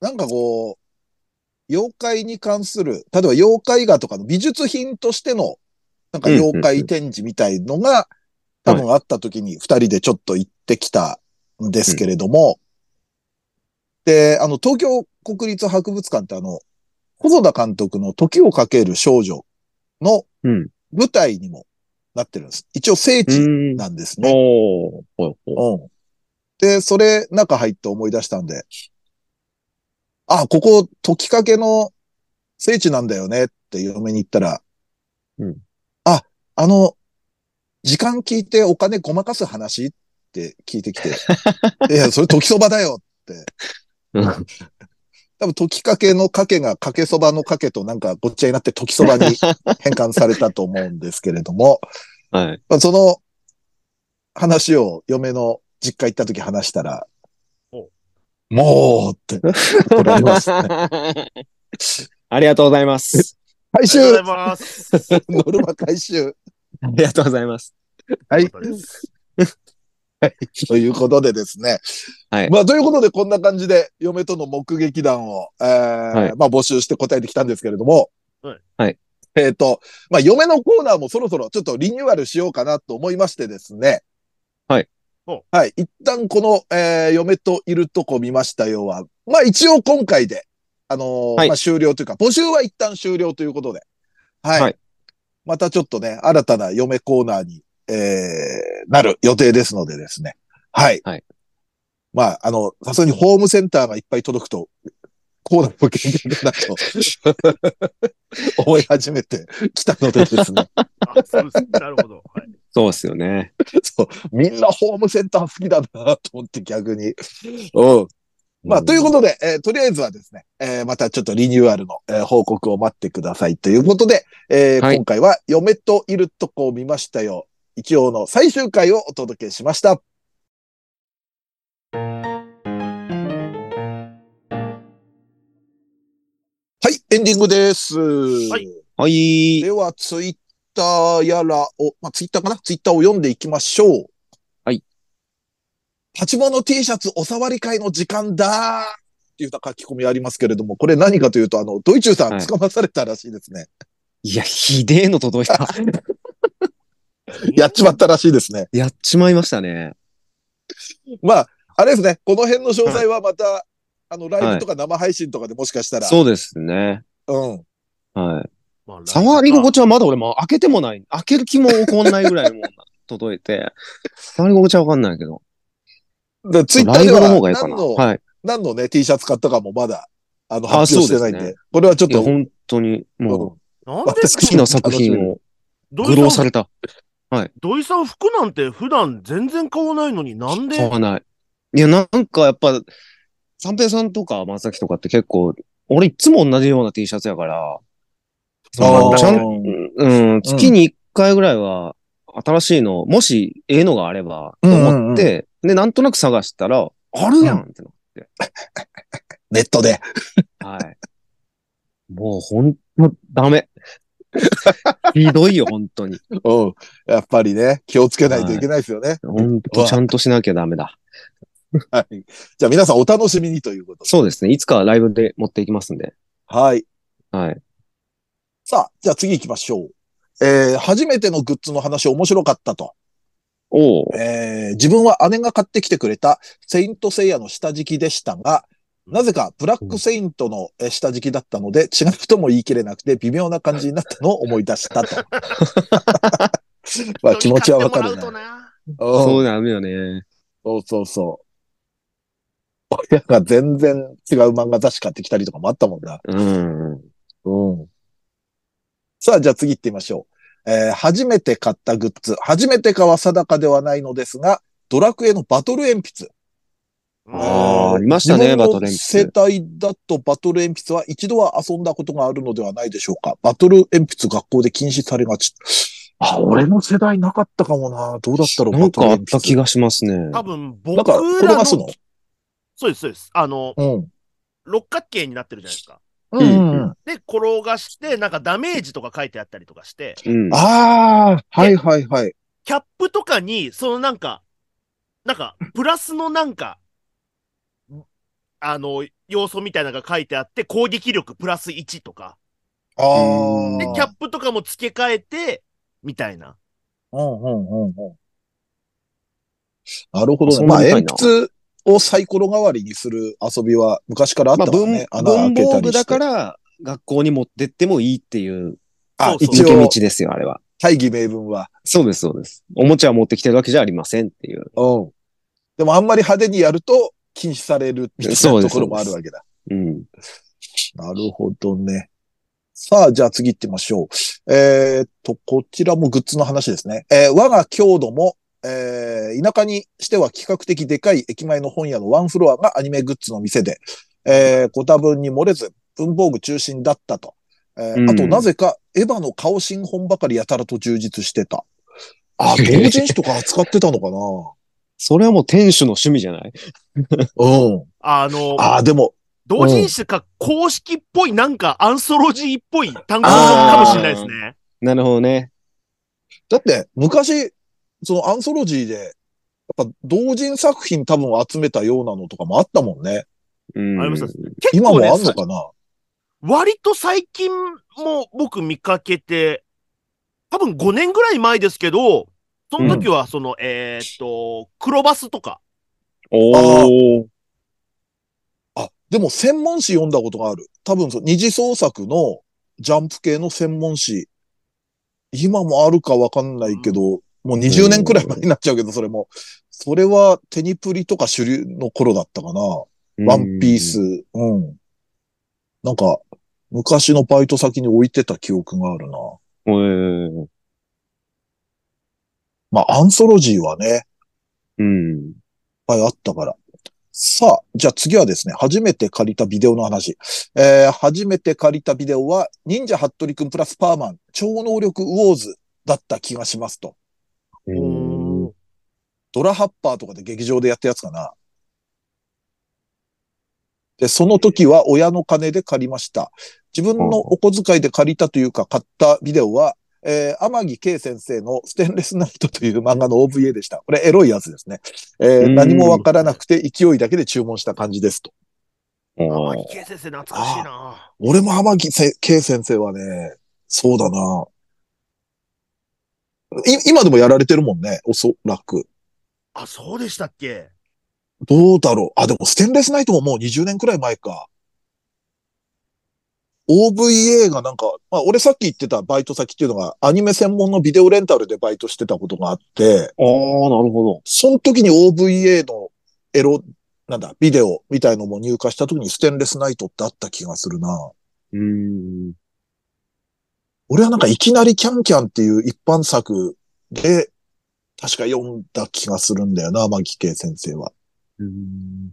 Speaker 2: なんかこう、妖怪に関する、例えば妖怪画とかの美術品としての、なんか妖怪展示みたいのが、
Speaker 3: うん
Speaker 2: 多分あった時に二人でちょっと行ってきたんですけれども、で、あの、東京国立博物館ってあの、細田監督の時をかける少女の
Speaker 3: うん。
Speaker 2: 舞台にもなってるんです。一応聖地
Speaker 3: うん。
Speaker 2: なんですね。
Speaker 3: おー。ほいほい
Speaker 2: うん。で、それ、中入って思い出したんで、あ、ここ、時かけの聖地なんだよねって嫁に行ったら、
Speaker 3: うん
Speaker 2: あ、あの、時間聞いてお金ごまかす話って聞いてき て、いや、それ時そばだよ。
Speaker 3: うん
Speaker 2: 多分時かけのかけがかけそばのかけとなんかごっちゃになって時そば に変換されたと思うんですけれども、
Speaker 3: はい。
Speaker 2: まあその話を嫁の実家行った時話したら
Speaker 4: お、
Speaker 2: も うって、怒られますね。
Speaker 3: ありがとうございます。
Speaker 2: 回収
Speaker 4: ありがとうございます。
Speaker 2: ノルマ回収
Speaker 3: ありがとうございます。
Speaker 2: はい
Speaker 4: よかったです
Speaker 2: ということでですね。
Speaker 3: はい
Speaker 2: まあ、ということで、こんな感じで、嫁との目撃談を、えー
Speaker 3: い
Speaker 2: まあ、募集して答えてきたんですけれども。
Speaker 4: はい
Speaker 3: はい。
Speaker 2: えっ、と、まあ、嫁のコーナーもそろそろちょっとリニューアルしようかなと思いましてですね。
Speaker 3: はい
Speaker 4: お。
Speaker 2: はい。一旦この、えー嫁といるとこ見ましたよは、まあ、一応今回で、あのー
Speaker 3: はい
Speaker 2: まあ、終了というか、募集は一旦終了ということで。はい。
Speaker 3: はい
Speaker 2: またちょっとね、新たな嫁コーナーに、えーなる予定ですのでですね。はい。
Speaker 3: はい
Speaker 2: まあ、あの、さすがにホームセンターがいっぱい届くと、コーナーも限界だな と思い始めてきたのでですね。
Speaker 4: あそうですなるほど。はい
Speaker 3: そうですよね。
Speaker 2: そう。みんなホームセンター好きだなと思って逆に。うん。まあ、ということで、えーとりあえずはですね、えーまたちょっとリニューアルの、えー報告を待ってくださいということで、えー
Speaker 3: はい
Speaker 2: 今回は嫁といるとこを見ましたよ。一応の最終回をお届けしました。はい、エンディングです。
Speaker 4: い
Speaker 3: はい。
Speaker 2: では、ツイッターやらを、まあ、ツイッターかなツイッターを読んでいきましょう。
Speaker 3: はい。
Speaker 2: 立ち物 T シャツおさわり会の時間だーっていうような書き込みありますけれども、これ何かというと、あの、ドイチューさ
Speaker 3: は
Speaker 2: ん
Speaker 3: い
Speaker 2: 捕まされたらしいですね。
Speaker 3: いや、ひでえの届いた。
Speaker 2: やっちまったらしいですね。
Speaker 3: やっちまいましたね。
Speaker 2: まあ、あれですね、この辺の詳細はまた、あの、ライブとか生配信とかでもしかしたら、
Speaker 3: そうですね。
Speaker 2: うん。
Speaker 3: はい。
Speaker 4: まあ
Speaker 3: 触り心地はまだ俺も開けてもない。開ける気も起こんないぐらいのもんな届い て。触り心地はわかんないけど。
Speaker 2: でツイッタ
Speaker 3: ラ
Speaker 2: ー
Speaker 3: イ
Speaker 2: で
Speaker 3: ブの
Speaker 2: は
Speaker 3: 方がいいか
Speaker 2: 何
Speaker 3: な。
Speaker 2: の、
Speaker 3: はい。
Speaker 2: 何のね、T シャツ買ったかもまだ、あの、
Speaker 3: あ
Speaker 2: 発表してないんで、
Speaker 3: そうです
Speaker 2: これはちょっ
Speaker 3: いや、
Speaker 2: と、
Speaker 3: 本当に、
Speaker 2: う、
Speaker 3: もうん
Speaker 4: なんで
Speaker 2: 私
Speaker 3: 好きな作品を
Speaker 4: 土
Speaker 3: 愚
Speaker 4: 井
Speaker 3: 弄
Speaker 4: さ
Speaker 3: さ
Speaker 4: ん、
Speaker 3: れた。
Speaker 4: 土井さん服なんて普段全然買わないのになんで
Speaker 3: 買わない。いや、なんかやっぱ、三平さんとか松崎とかって結構、俺いつも同じような T シャツやから、
Speaker 2: あー
Speaker 3: ちゃん、うん、月に一回ぐらいは、新しいの、もし、ええのがあれば、と思って、で、なんとなく探したら、あるやんってなって。
Speaker 2: ネットで、
Speaker 3: はい。もう、ほんと、ダメ。 ひどいよ、本当に。
Speaker 2: うん。やっぱりね、気をつけないといけないですよね。
Speaker 3: 本当ちゃんとしなきゃダメだ。
Speaker 2: はい。じゃあ皆さんお楽しみにということで。
Speaker 3: そうですね。いつかライブで持っていきますんで。
Speaker 2: はい。
Speaker 3: はい。
Speaker 2: さあ、じゃあ次行きましょう。えー、初めてのグッズの話面白かったと。
Speaker 3: おお。
Speaker 2: えー、自分は姉が買ってきてくれたセイントセイヤの下敷きでしたが、なぜかブラックセイントのえー下敷きだったので、違うとも言い切れなくて微妙な感じになったのを思い出した と。まあ気持ちはわ
Speaker 4: 人に買っても
Speaker 2: かるな。うん
Speaker 4: らうとな
Speaker 3: そうだめよね。
Speaker 2: そうそうそう。親が全然違う漫画雑誌買ってきたりとかもあったもんな。
Speaker 3: うん。
Speaker 2: うん。さあ、じゃあ次行ってみましょう。えー初めて買ったグッズ。初めてかは定かではないのですが、ドラクエのバトル鉛筆。
Speaker 3: あ
Speaker 2: え
Speaker 3: ー
Speaker 2: ー
Speaker 3: ありました
Speaker 2: 日
Speaker 3: ね
Speaker 2: 本の
Speaker 3: バトル鉛筆
Speaker 2: 世代だとバトル鉛筆は一度は遊んだことがあるのではないでしょうか。バトル鉛筆学校で禁止されがち。あ、俺の世代なかったかもな。どうだったろう、
Speaker 3: なんかあった
Speaker 2: バト
Speaker 3: 気
Speaker 2: ル鉛筆
Speaker 3: がしますね。
Speaker 4: 多分
Speaker 2: な
Speaker 4: 僕
Speaker 2: んから
Speaker 4: の
Speaker 2: 転がすの
Speaker 4: そうです、そうです。あの、
Speaker 2: うん。
Speaker 4: 六角形になってるじゃないですか。
Speaker 2: うんうん。
Speaker 4: で、転がして、なんかダメージとか書いてあったりとかして、
Speaker 3: うん。
Speaker 2: ああ、はいはいはい。
Speaker 4: キャップとかに、そのなんか、なんか、プラスのなんか、あの、要素みたいなのが書いてあって、攻撃力プラス1とか。
Speaker 2: ああ。
Speaker 4: で、キャップとかも付け替えて、みたいな。
Speaker 2: うんうんうんうん。なるほど、
Speaker 3: そ
Speaker 2: ね。
Speaker 3: ん
Speaker 2: ま
Speaker 3: な
Speaker 2: あ、
Speaker 3: みたいな
Speaker 2: 鉛筆をサイコロ代わりにする遊びは昔からあっ
Speaker 3: ま
Speaker 2: た
Speaker 3: あ、
Speaker 2: もん
Speaker 3: 文
Speaker 2: ね。穴開
Speaker 3: 文
Speaker 2: けた
Speaker 3: 房
Speaker 2: りし
Speaker 3: 具
Speaker 2: て。
Speaker 3: だから、学校に持ってってもいいっていう、
Speaker 2: あ、
Speaker 4: そう
Speaker 2: 一
Speaker 3: 抜け
Speaker 2: 応
Speaker 3: 道、ですよ、あれは。
Speaker 2: 大義名分は。
Speaker 3: そうです、そうです。おもちゃを持ってきてるわけじゃありませんっていう。
Speaker 2: うん。でもあんまり派手にやると禁止されるみたい
Speaker 3: そう
Speaker 2: な
Speaker 3: で
Speaker 2: と
Speaker 3: す
Speaker 2: ころもあるわけだ。
Speaker 3: うん。
Speaker 2: なるほどね。さあ、じゃあ次行ってみましょう。えーっと、こちらもグッズの話ですね。えー我が郷土も、えー田舎にしては比較的でかい駅前の本屋のワンフロアがアニメグッズの店で、えーご多分に漏れず文房具中心だったと。えー
Speaker 3: うん
Speaker 2: あと、なぜか、エヴァの顔新本ばかりやたらと充実してた。 あ、同人誌とか扱ってたのかな
Speaker 3: それはもう店主の趣味じゃない
Speaker 2: うん。
Speaker 4: あの、
Speaker 2: ああ、でも、
Speaker 4: 同人誌か公式っぽい、なんかアンソロジーっぽい単語かもしれないですね。
Speaker 3: なるほどね。
Speaker 2: だって昔、そのアンソロジーで、やっぱ同人作品多分集めたようなのとかもあったもんね。
Speaker 3: うん。
Speaker 4: ありました結
Speaker 2: 今
Speaker 4: 構
Speaker 2: も
Speaker 4: ね
Speaker 2: あん、のかな
Speaker 4: 割と最近も僕見かけて、多分5年ぐらい前ですけど、その時はその、えーっと、黒バスとか、
Speaker 3: おー。
Speaker 2: あ、でも専門誌読んだことがある。多分そう、二次創作のジャンプ系の専門誌。今もあるかわかんないけど、もう20年くらい前になっちゃうけど、それも。それはテニプリとか主流の頃だったかな。ワンピース。うん。なんか、昔のバイト先に置いてた記憶があるな。
Speaker 3: うん。
Speaker 2: まあ、アンソロジーはね、
Speaker 3: うん。
Speaker 2: いっぱいあったから。さあ、じゃあ次はですね、初めて借りたビデオの話。えー、初めて借りたビデオは、忍者ハットリくんプラスパーマン、超能力ウォーズだった気がしますと。
Speaker 3: うん
Speaker 2: ドラハッパーとかで劇場でやったやつかな。で、その時は親の金で借りました。自分のお小遣いで借りたというか買ったビデオは、えー、天木圭先生のステンレスナイトという漫画の OVA でした。これエロいやつですね。えー
Speaker 3: うん
Speaker 2: 何もわからなくて勢いだけで注文した感じですと。
Speaker 3: お
Speaker 4: 天
Speaker 3: ー
Speaker 4: 木圭先生懐かしいな
Speaker 2: 俺も天木せ圭先生はね、そうだな。い、今でもやられてるもんね、おそらく。
Speaker 4: あ、そうでしたっけ
Speaker 2: どうだろう。あ、でもステンレスナイトももう20年くらい前か。OVA がなんか、まあ俺さっき言ってたバイト先っていうのがアニメ専門のビデオレンタルでバイトしてたことがあって、
Speaker 3: あー、なるほ
Speaker 2: その時に OVA のエロ、なんだ、ビデオみたいのも入荷した時にステンレスナイトってあった気がするな。
Speaker 3: ど。うん。
Speaker 2: 俺はなんかいきなりキャンキャンっていう一般作で、確か読んだ気がするんだよな、マギケイ先生は。
Speaker 3: うん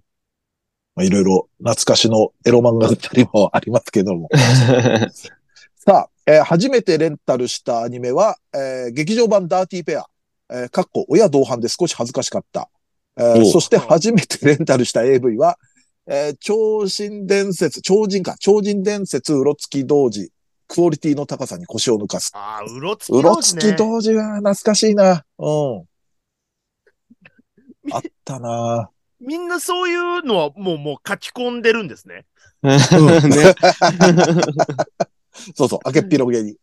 Speaker 2: まあ、いろいろ懐かしのエロ漫画だったりもありますけども。さあ、えー初めてレンタルしたアニメは、えー劇場版ダーティーペア、えーかっこ親同伴で少し恥ずかしかった。えー
Speaker 3: おう
Speaker 2: そして初めてレンタルした AV は、えー超人伝説、超人か、超人伝説うろつき同時、クオリティの高さに腰を抜かす。
Speaker 4: あー、うろつき
Speaker 2: うろ
Speaker 4: 同
Speaker 2: つ
Speaker 4: 士
Speaker 2: き
Speaker 4: ね。
Speaker 2: 同時は懐かしいな。うん。あったな。
Speaker 4: みんなそういうのはもう、もう書き込んでるんですね。
Speaker 2: うん
Speaker 3: ね。
Speaker 2: そうそう、開けっぴろげに。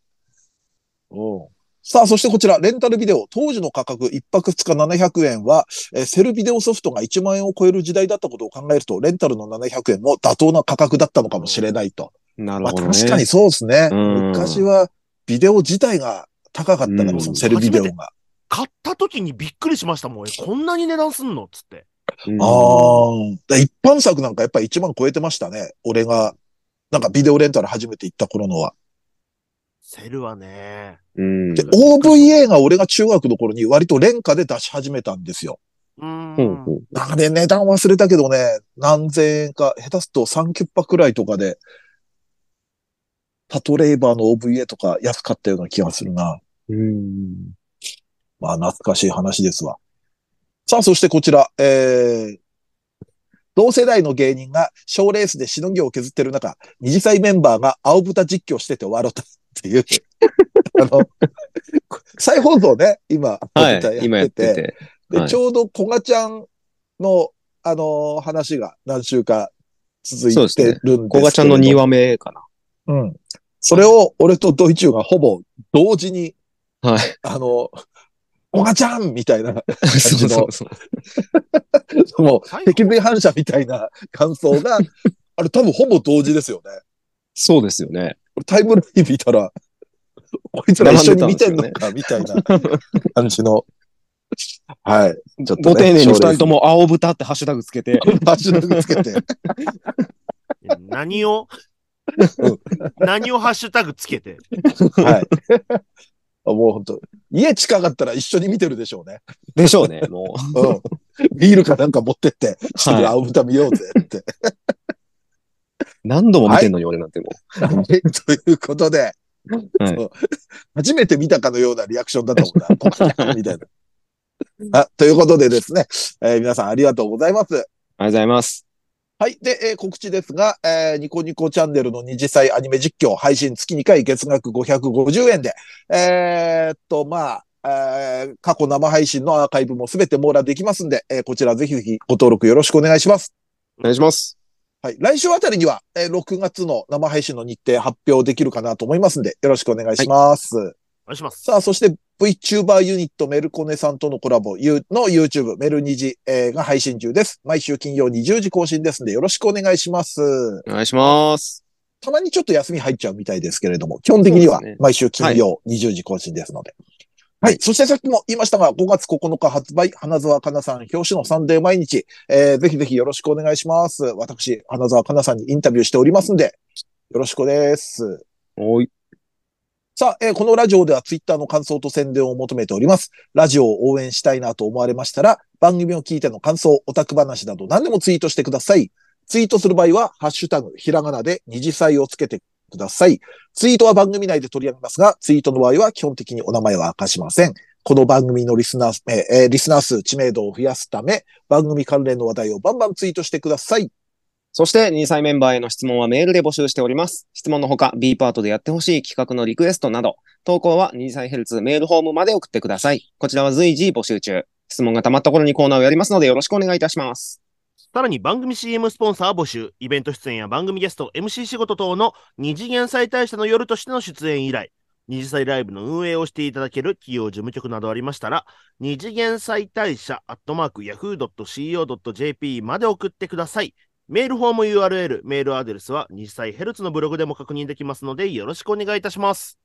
Speaker 2: さあ、そしてこちら、レンタルビデオ。当時の価格、1泊2日700円は、えーセルビデオソフトが1万円を超える時代だったことを考えると、レンタルの700円も妥当な価格だったのかもしれないと。
Speaker 3: なる
Speaker 2: まあ、
Speaker 3: ほどね。
Speaker 2: 確かにそうですね。
Speaker 3: うん
Speaker 2: 昔は、ビデオ自体が高かったか
Speaker 3: う
Speaker 2: ら、
Speaker 3: ん
Speaker 2: そのセルビデオが。
Speaker 4: 買った時にびっくりしましたもん。えこんなに値段すんのっつって。
Speaker 3: うん。
Speaker 2: ああ。だから一般作なんかやっぱり1万超えてましたね。俺が、なんかビデオレンタル初めて行った頃のは。
Speaker 4: セルはね。
Speaker 3: うん。
Speaker 2: で、OVA が俺が中学の頃に割と廉価で出し始めたんですよ。
Speaker 4: うーん。
Speaker 3: ほうほう
Speaker 2: あれ値段忘れたけどね、何千円か、下手すると3キュッパくらいとかで、パトレイバーの OVA とか安かったような気がするな。
Speaker 3: うん。
Speaker 2: まあ、懐かしい話ですわ。さあ、そしてこちら、えー、同世代の芸人が賞レースでしのぎを削ってる中、二次祭メンバーが青豚実況してて笑ったって いう。あの、再放送ね、今、
Speaker 3: は
Speaker 2: 青豚
Speaker 3: い。今やってて。
Speaker 2: で、
Speaker 3: はい
Speaker 2: ちょうど小賀ちゃんの、あのー話が何週か続
Speaker 3: そう
Speaker 2: い
Speaker 3: です
Speaker 2: てるんで
Speaker 3: ね
Speaker 2: すけれども。
Speaker 3: 小賀ちゃんの2話目かな。
Speaker 2: うん。それを俺とドイチューがほぼ同時に、
Speaker 3: はい。
Speaker 2: あの、小賀ちゃんみたいな、
Speaker 3: そ
Speaker 2: じの
Speaker 3: うそうそう。
Speaker 2: も
Speaker 4: 最
Speaker 2: う、
Speaker 4: 後
Speaker 2: 脊髄反射みたいな感想 が、あれ多分ほぼ同時ですよね。
Speaker 3: そうですよね。
Speaker 2: 俺タイムライン見たら、こいつら一緒に見てんのか、みたいな感じの。はい。ちょっとね
Speaker 3: ご丁寧に2
Speaker 2: 勝
Speaker 3: 人
Speaker 2: 利
Speaker 3: とも青豚ってハッシュタグつけて、
Speaker 2: ハッシュタグつけて。
Speaker 4: 何を
Speaker 2: うん
Speaker 4: 何をハッシュタグつけて。
Speaker 2: はい。 もう本当家近かったら一緒に見てるでしょうね。
Speaker 3: でしょうね、もう。
Speaker 2: うん。ビールかなんか持ってって、ちょっと青豚見ようぜって。
Speaker 3: 何度も見てんのに、俺なんても
Speaker 2: はいということで、
Speaker 3: はい
Speaker 2: そう初めて見たかのようなリアクションだったもんなこんな。みたいな。あ、ということでですね、えー皆さんありがとうございます。
Speaker 3: う。ありがとうございます。
Speaker 2: はい。で、えー告知ですが、えーニコニコチャンネルの二次祭アニメ実況配信月2回月額550円で、えーっと、まあ、えー過去生配信のアーカイブもすべて網羅できますんで、えーこちらぜひぜひご登録よろしくお願いします。
Speaker 3: お願いします。
Speaker 2: はい。来週あたりには、えー6月の生配信の日程発表できるかなと思いますんで、よろしくお願いします。
Speaker 4: お願いします。
Speaker 2: さあ、そして VTuber ユニットメルコネさんとのコラボゆの YouTube メルニジ、えーが配信中です。毎週金曜20時更新ですんで、よろしくお願いします。
Speaker 3: お願いします。
Speaker 2: たまにちょっと休み入っちゃうみたいですけれども、基本的には
Speaker 3: そうですね
Speaker 2: 毎週金曜20時更新ですので。はい。そしてさっきも言いましたが、5月9日発売、花澤香菜さん表紙のサンデー毎日、えーぜひぜひよろしくお願いします。私、花澤香菜さんにインタビューしておりますんで、よろしくです。
Speaker 3: おい。
Speaker 2: さあ、えーこのラジオではツイッターの感想と宣伝を求めております。ラジオを応援したいなと思われましたら、番組を聞いての感想、オタク話など何でもツイートしてください。ツイートする場合は、ハッシュタグ、ひらがなで二次祭をつけてください。ツイートは番組内で取り上げますが、ツイートの場合は基本的にお名前は明かしません。この番組のリスナー、えーえーリスナー数、知名度を増やすため、番組関連の話題をバンバンツイートしてください。
Speaker 3: そして、2歳メンバーへの質問はメールで募集しております。質問のほか、B パートでやってほしい企画のリクエストなど、投稿は2歳ヘルツメールフォームまで送ってください。こちらは随時募集中。質問が溜まった頃にコーナーをやりますので、よろしくお願いいたします。
Speaker 4: さらに番組 CM スポンサー募集、イベント出演や番組ゲスト、MC 仕事等の二次元再大社の夜としての出演以来、二次祭ライブの運営をしていただける企業事務局などありましたら、二次元再大社アットマーク yahoo.co.jp まで送ってください。メールフォーム URL、メールアドレスは二次祭ヘルツのブログでも確認できますので、よろしくお願いいたします。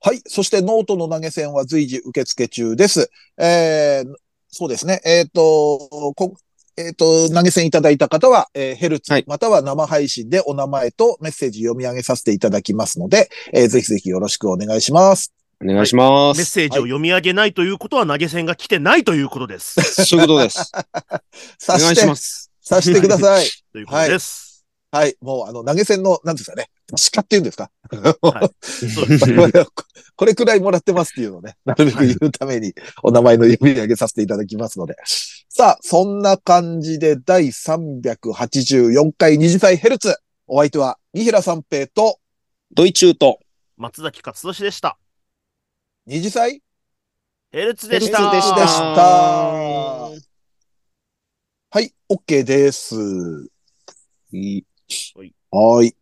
Speaker 2: はい。そしてノートの投げ銭は随時受付中です。えー、そうですね。えっ、と、こえっ、と、投げ銭いただいた方は、えーヘルツ
Speaker 3: はい、
Speaker 2: または生配信でお名前とメッセージ読み上げさせていただきますので、えーぜひぜひよろしくお願いします。
Speaker 3: お願いしま
Speaker 4: メッ
Speaker 3: す。
Speaker 4: セージを読み上げないということは投げ銭が来てないということです。
Speaker 3: そういうことです。お
Speaker 2: さ
Speaker 3: 願
Speaker 2: し
Speaker 3: いしてま、す。
Speaker 2: さしてください。
Speaker 4: ということです。
Speaker 2: はい。もう、あの、投げ銭の、なんですかね。鹿って言うんですか
Speaker 4: はそうです
Speaker 2: 我々はこ これくらいもらってますっていうのを ね、なるべく言うためにお名前の読み上げさせていただきますので。さあ、そんな感じで第384回二次祭ヘルツ。お相手は、三平三平と
Speaker 3: ドイチューと、
Speaker 4: 松崎勝利でした。
Speaker 2: 二次祭
Speaker 4: ヘルツでした。
Speaker 3: ヘルツでした
Speaker 2: はい、OK です。
Speaker 3: いい
Speaker 2: はーい。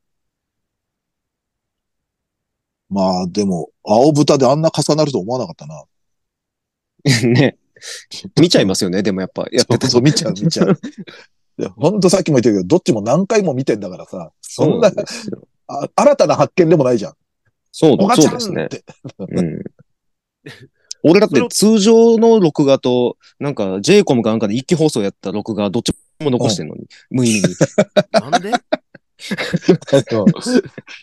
Speaker 2: まあ、でも、青豚であんな重なると思わなかったな。
Speaker 3: ね。見ちゃいますよね、でもやっぱ、やってた
Speaker 2: そう、見 ちゃう、見ちゃう。いや、ほんとさっきも言ったけど、どっちも何回も見てんだからさ、そんな、
Speaker 3: ですよ。
Speaker 2: あ新たな発見でもないじゃん。
Speaker 3: そう
Speaker 2: お
Speaker 3: だ
Speaker 2: が
Speaker 3: そ
Speaker 2: ち
Speaker 3: う
Speaker 2: ゃん
Speaker 3: です
Speaker 2: っ
Speaker 3: ね。
Speaker 2: て。
Speaker 3: うん。俺だって通常の録画と、なんか j コムかなんかで一気放送やった録画どっちも残してん のに、無意味に。
Speaker 4: なんで
Speaker 2: うんだか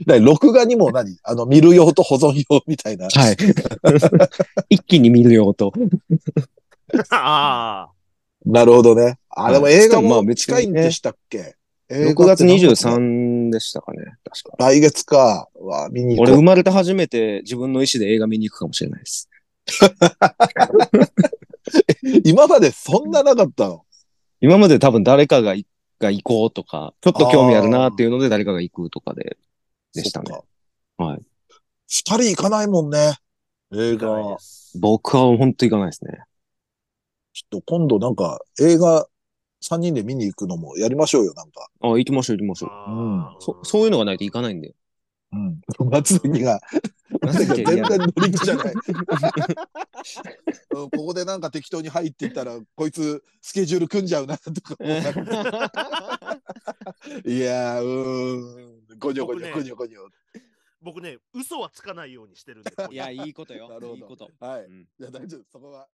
Speaker 2: ら録画にも何あの、見る用と保存用みたいな。
Speaker 3: はい。一気に見るよと。
Speaker 4: ああ。
Speaker 2: なるほどね。あ、でも
Speaker 3: はい
Speaker 2: 映画
Speaker 3: しかもまあ
Speaker 2: も
Speaker 3: 別に
Speaker 2: 近い
Speaker 3: ね
Speaker 2: んでしたっけ、映画
Speaker 3: 6
Speaker 2: って
Speaker 3: 月
Speaker 2: 何月ね
Speaker 3: 23でしたかね、確か。
Speaker 2: 来月か。わ、見に行
Speaker 3: 俺
Speaker 2: こう
Speaker 3: 生。まれて初めて自分の意思で映画見に行くかもしれないです。
Speaker 2: 今までそんななかったの。
Speaker 3: 今まで多分誰かがいが行こうとか、ちょっと興味あるなっていうので誰かが行くとかで、でしたね
Speaker 2: そっか
Speaker 3: はい。
Speaker 2: 二人行かないもんね。映画。
Speaker 3: 僕は本当行かないですね。
Speaker 2: ちょっと今度なんか映画3人で見に行くのもやりましょうよ、なんか。
Speaker 3: あ、行きましょう行きましょう。
Speaker 4: あー
Speaker 3: そ、そういうのがないと行かないん で。
Speaker 2: うん。 松崎が、
Speaker 3: なんだ
Speaker 2: 全
Speaker 3: っけ
Speaker 2: 然
Speaker 3: いや
Speaker 2: 乗り気じゃない。 うんここでなんか適当に入っていったら、こいつスケジュール組んじゃうな、とか。 いやー、うーん。ごにょごにょ、ごにょごにょ。
Speaker 4: 僕ね、嘘はつかないようにしてるんで。こうう
Speaker 3: いや、いいことよ。
Speaker 2: なるほど
Speaker 3: いいこと。
Speaker 2: はい。
Speaker 3: うん
Speaker 2: じゃあ大丈夫、そこは。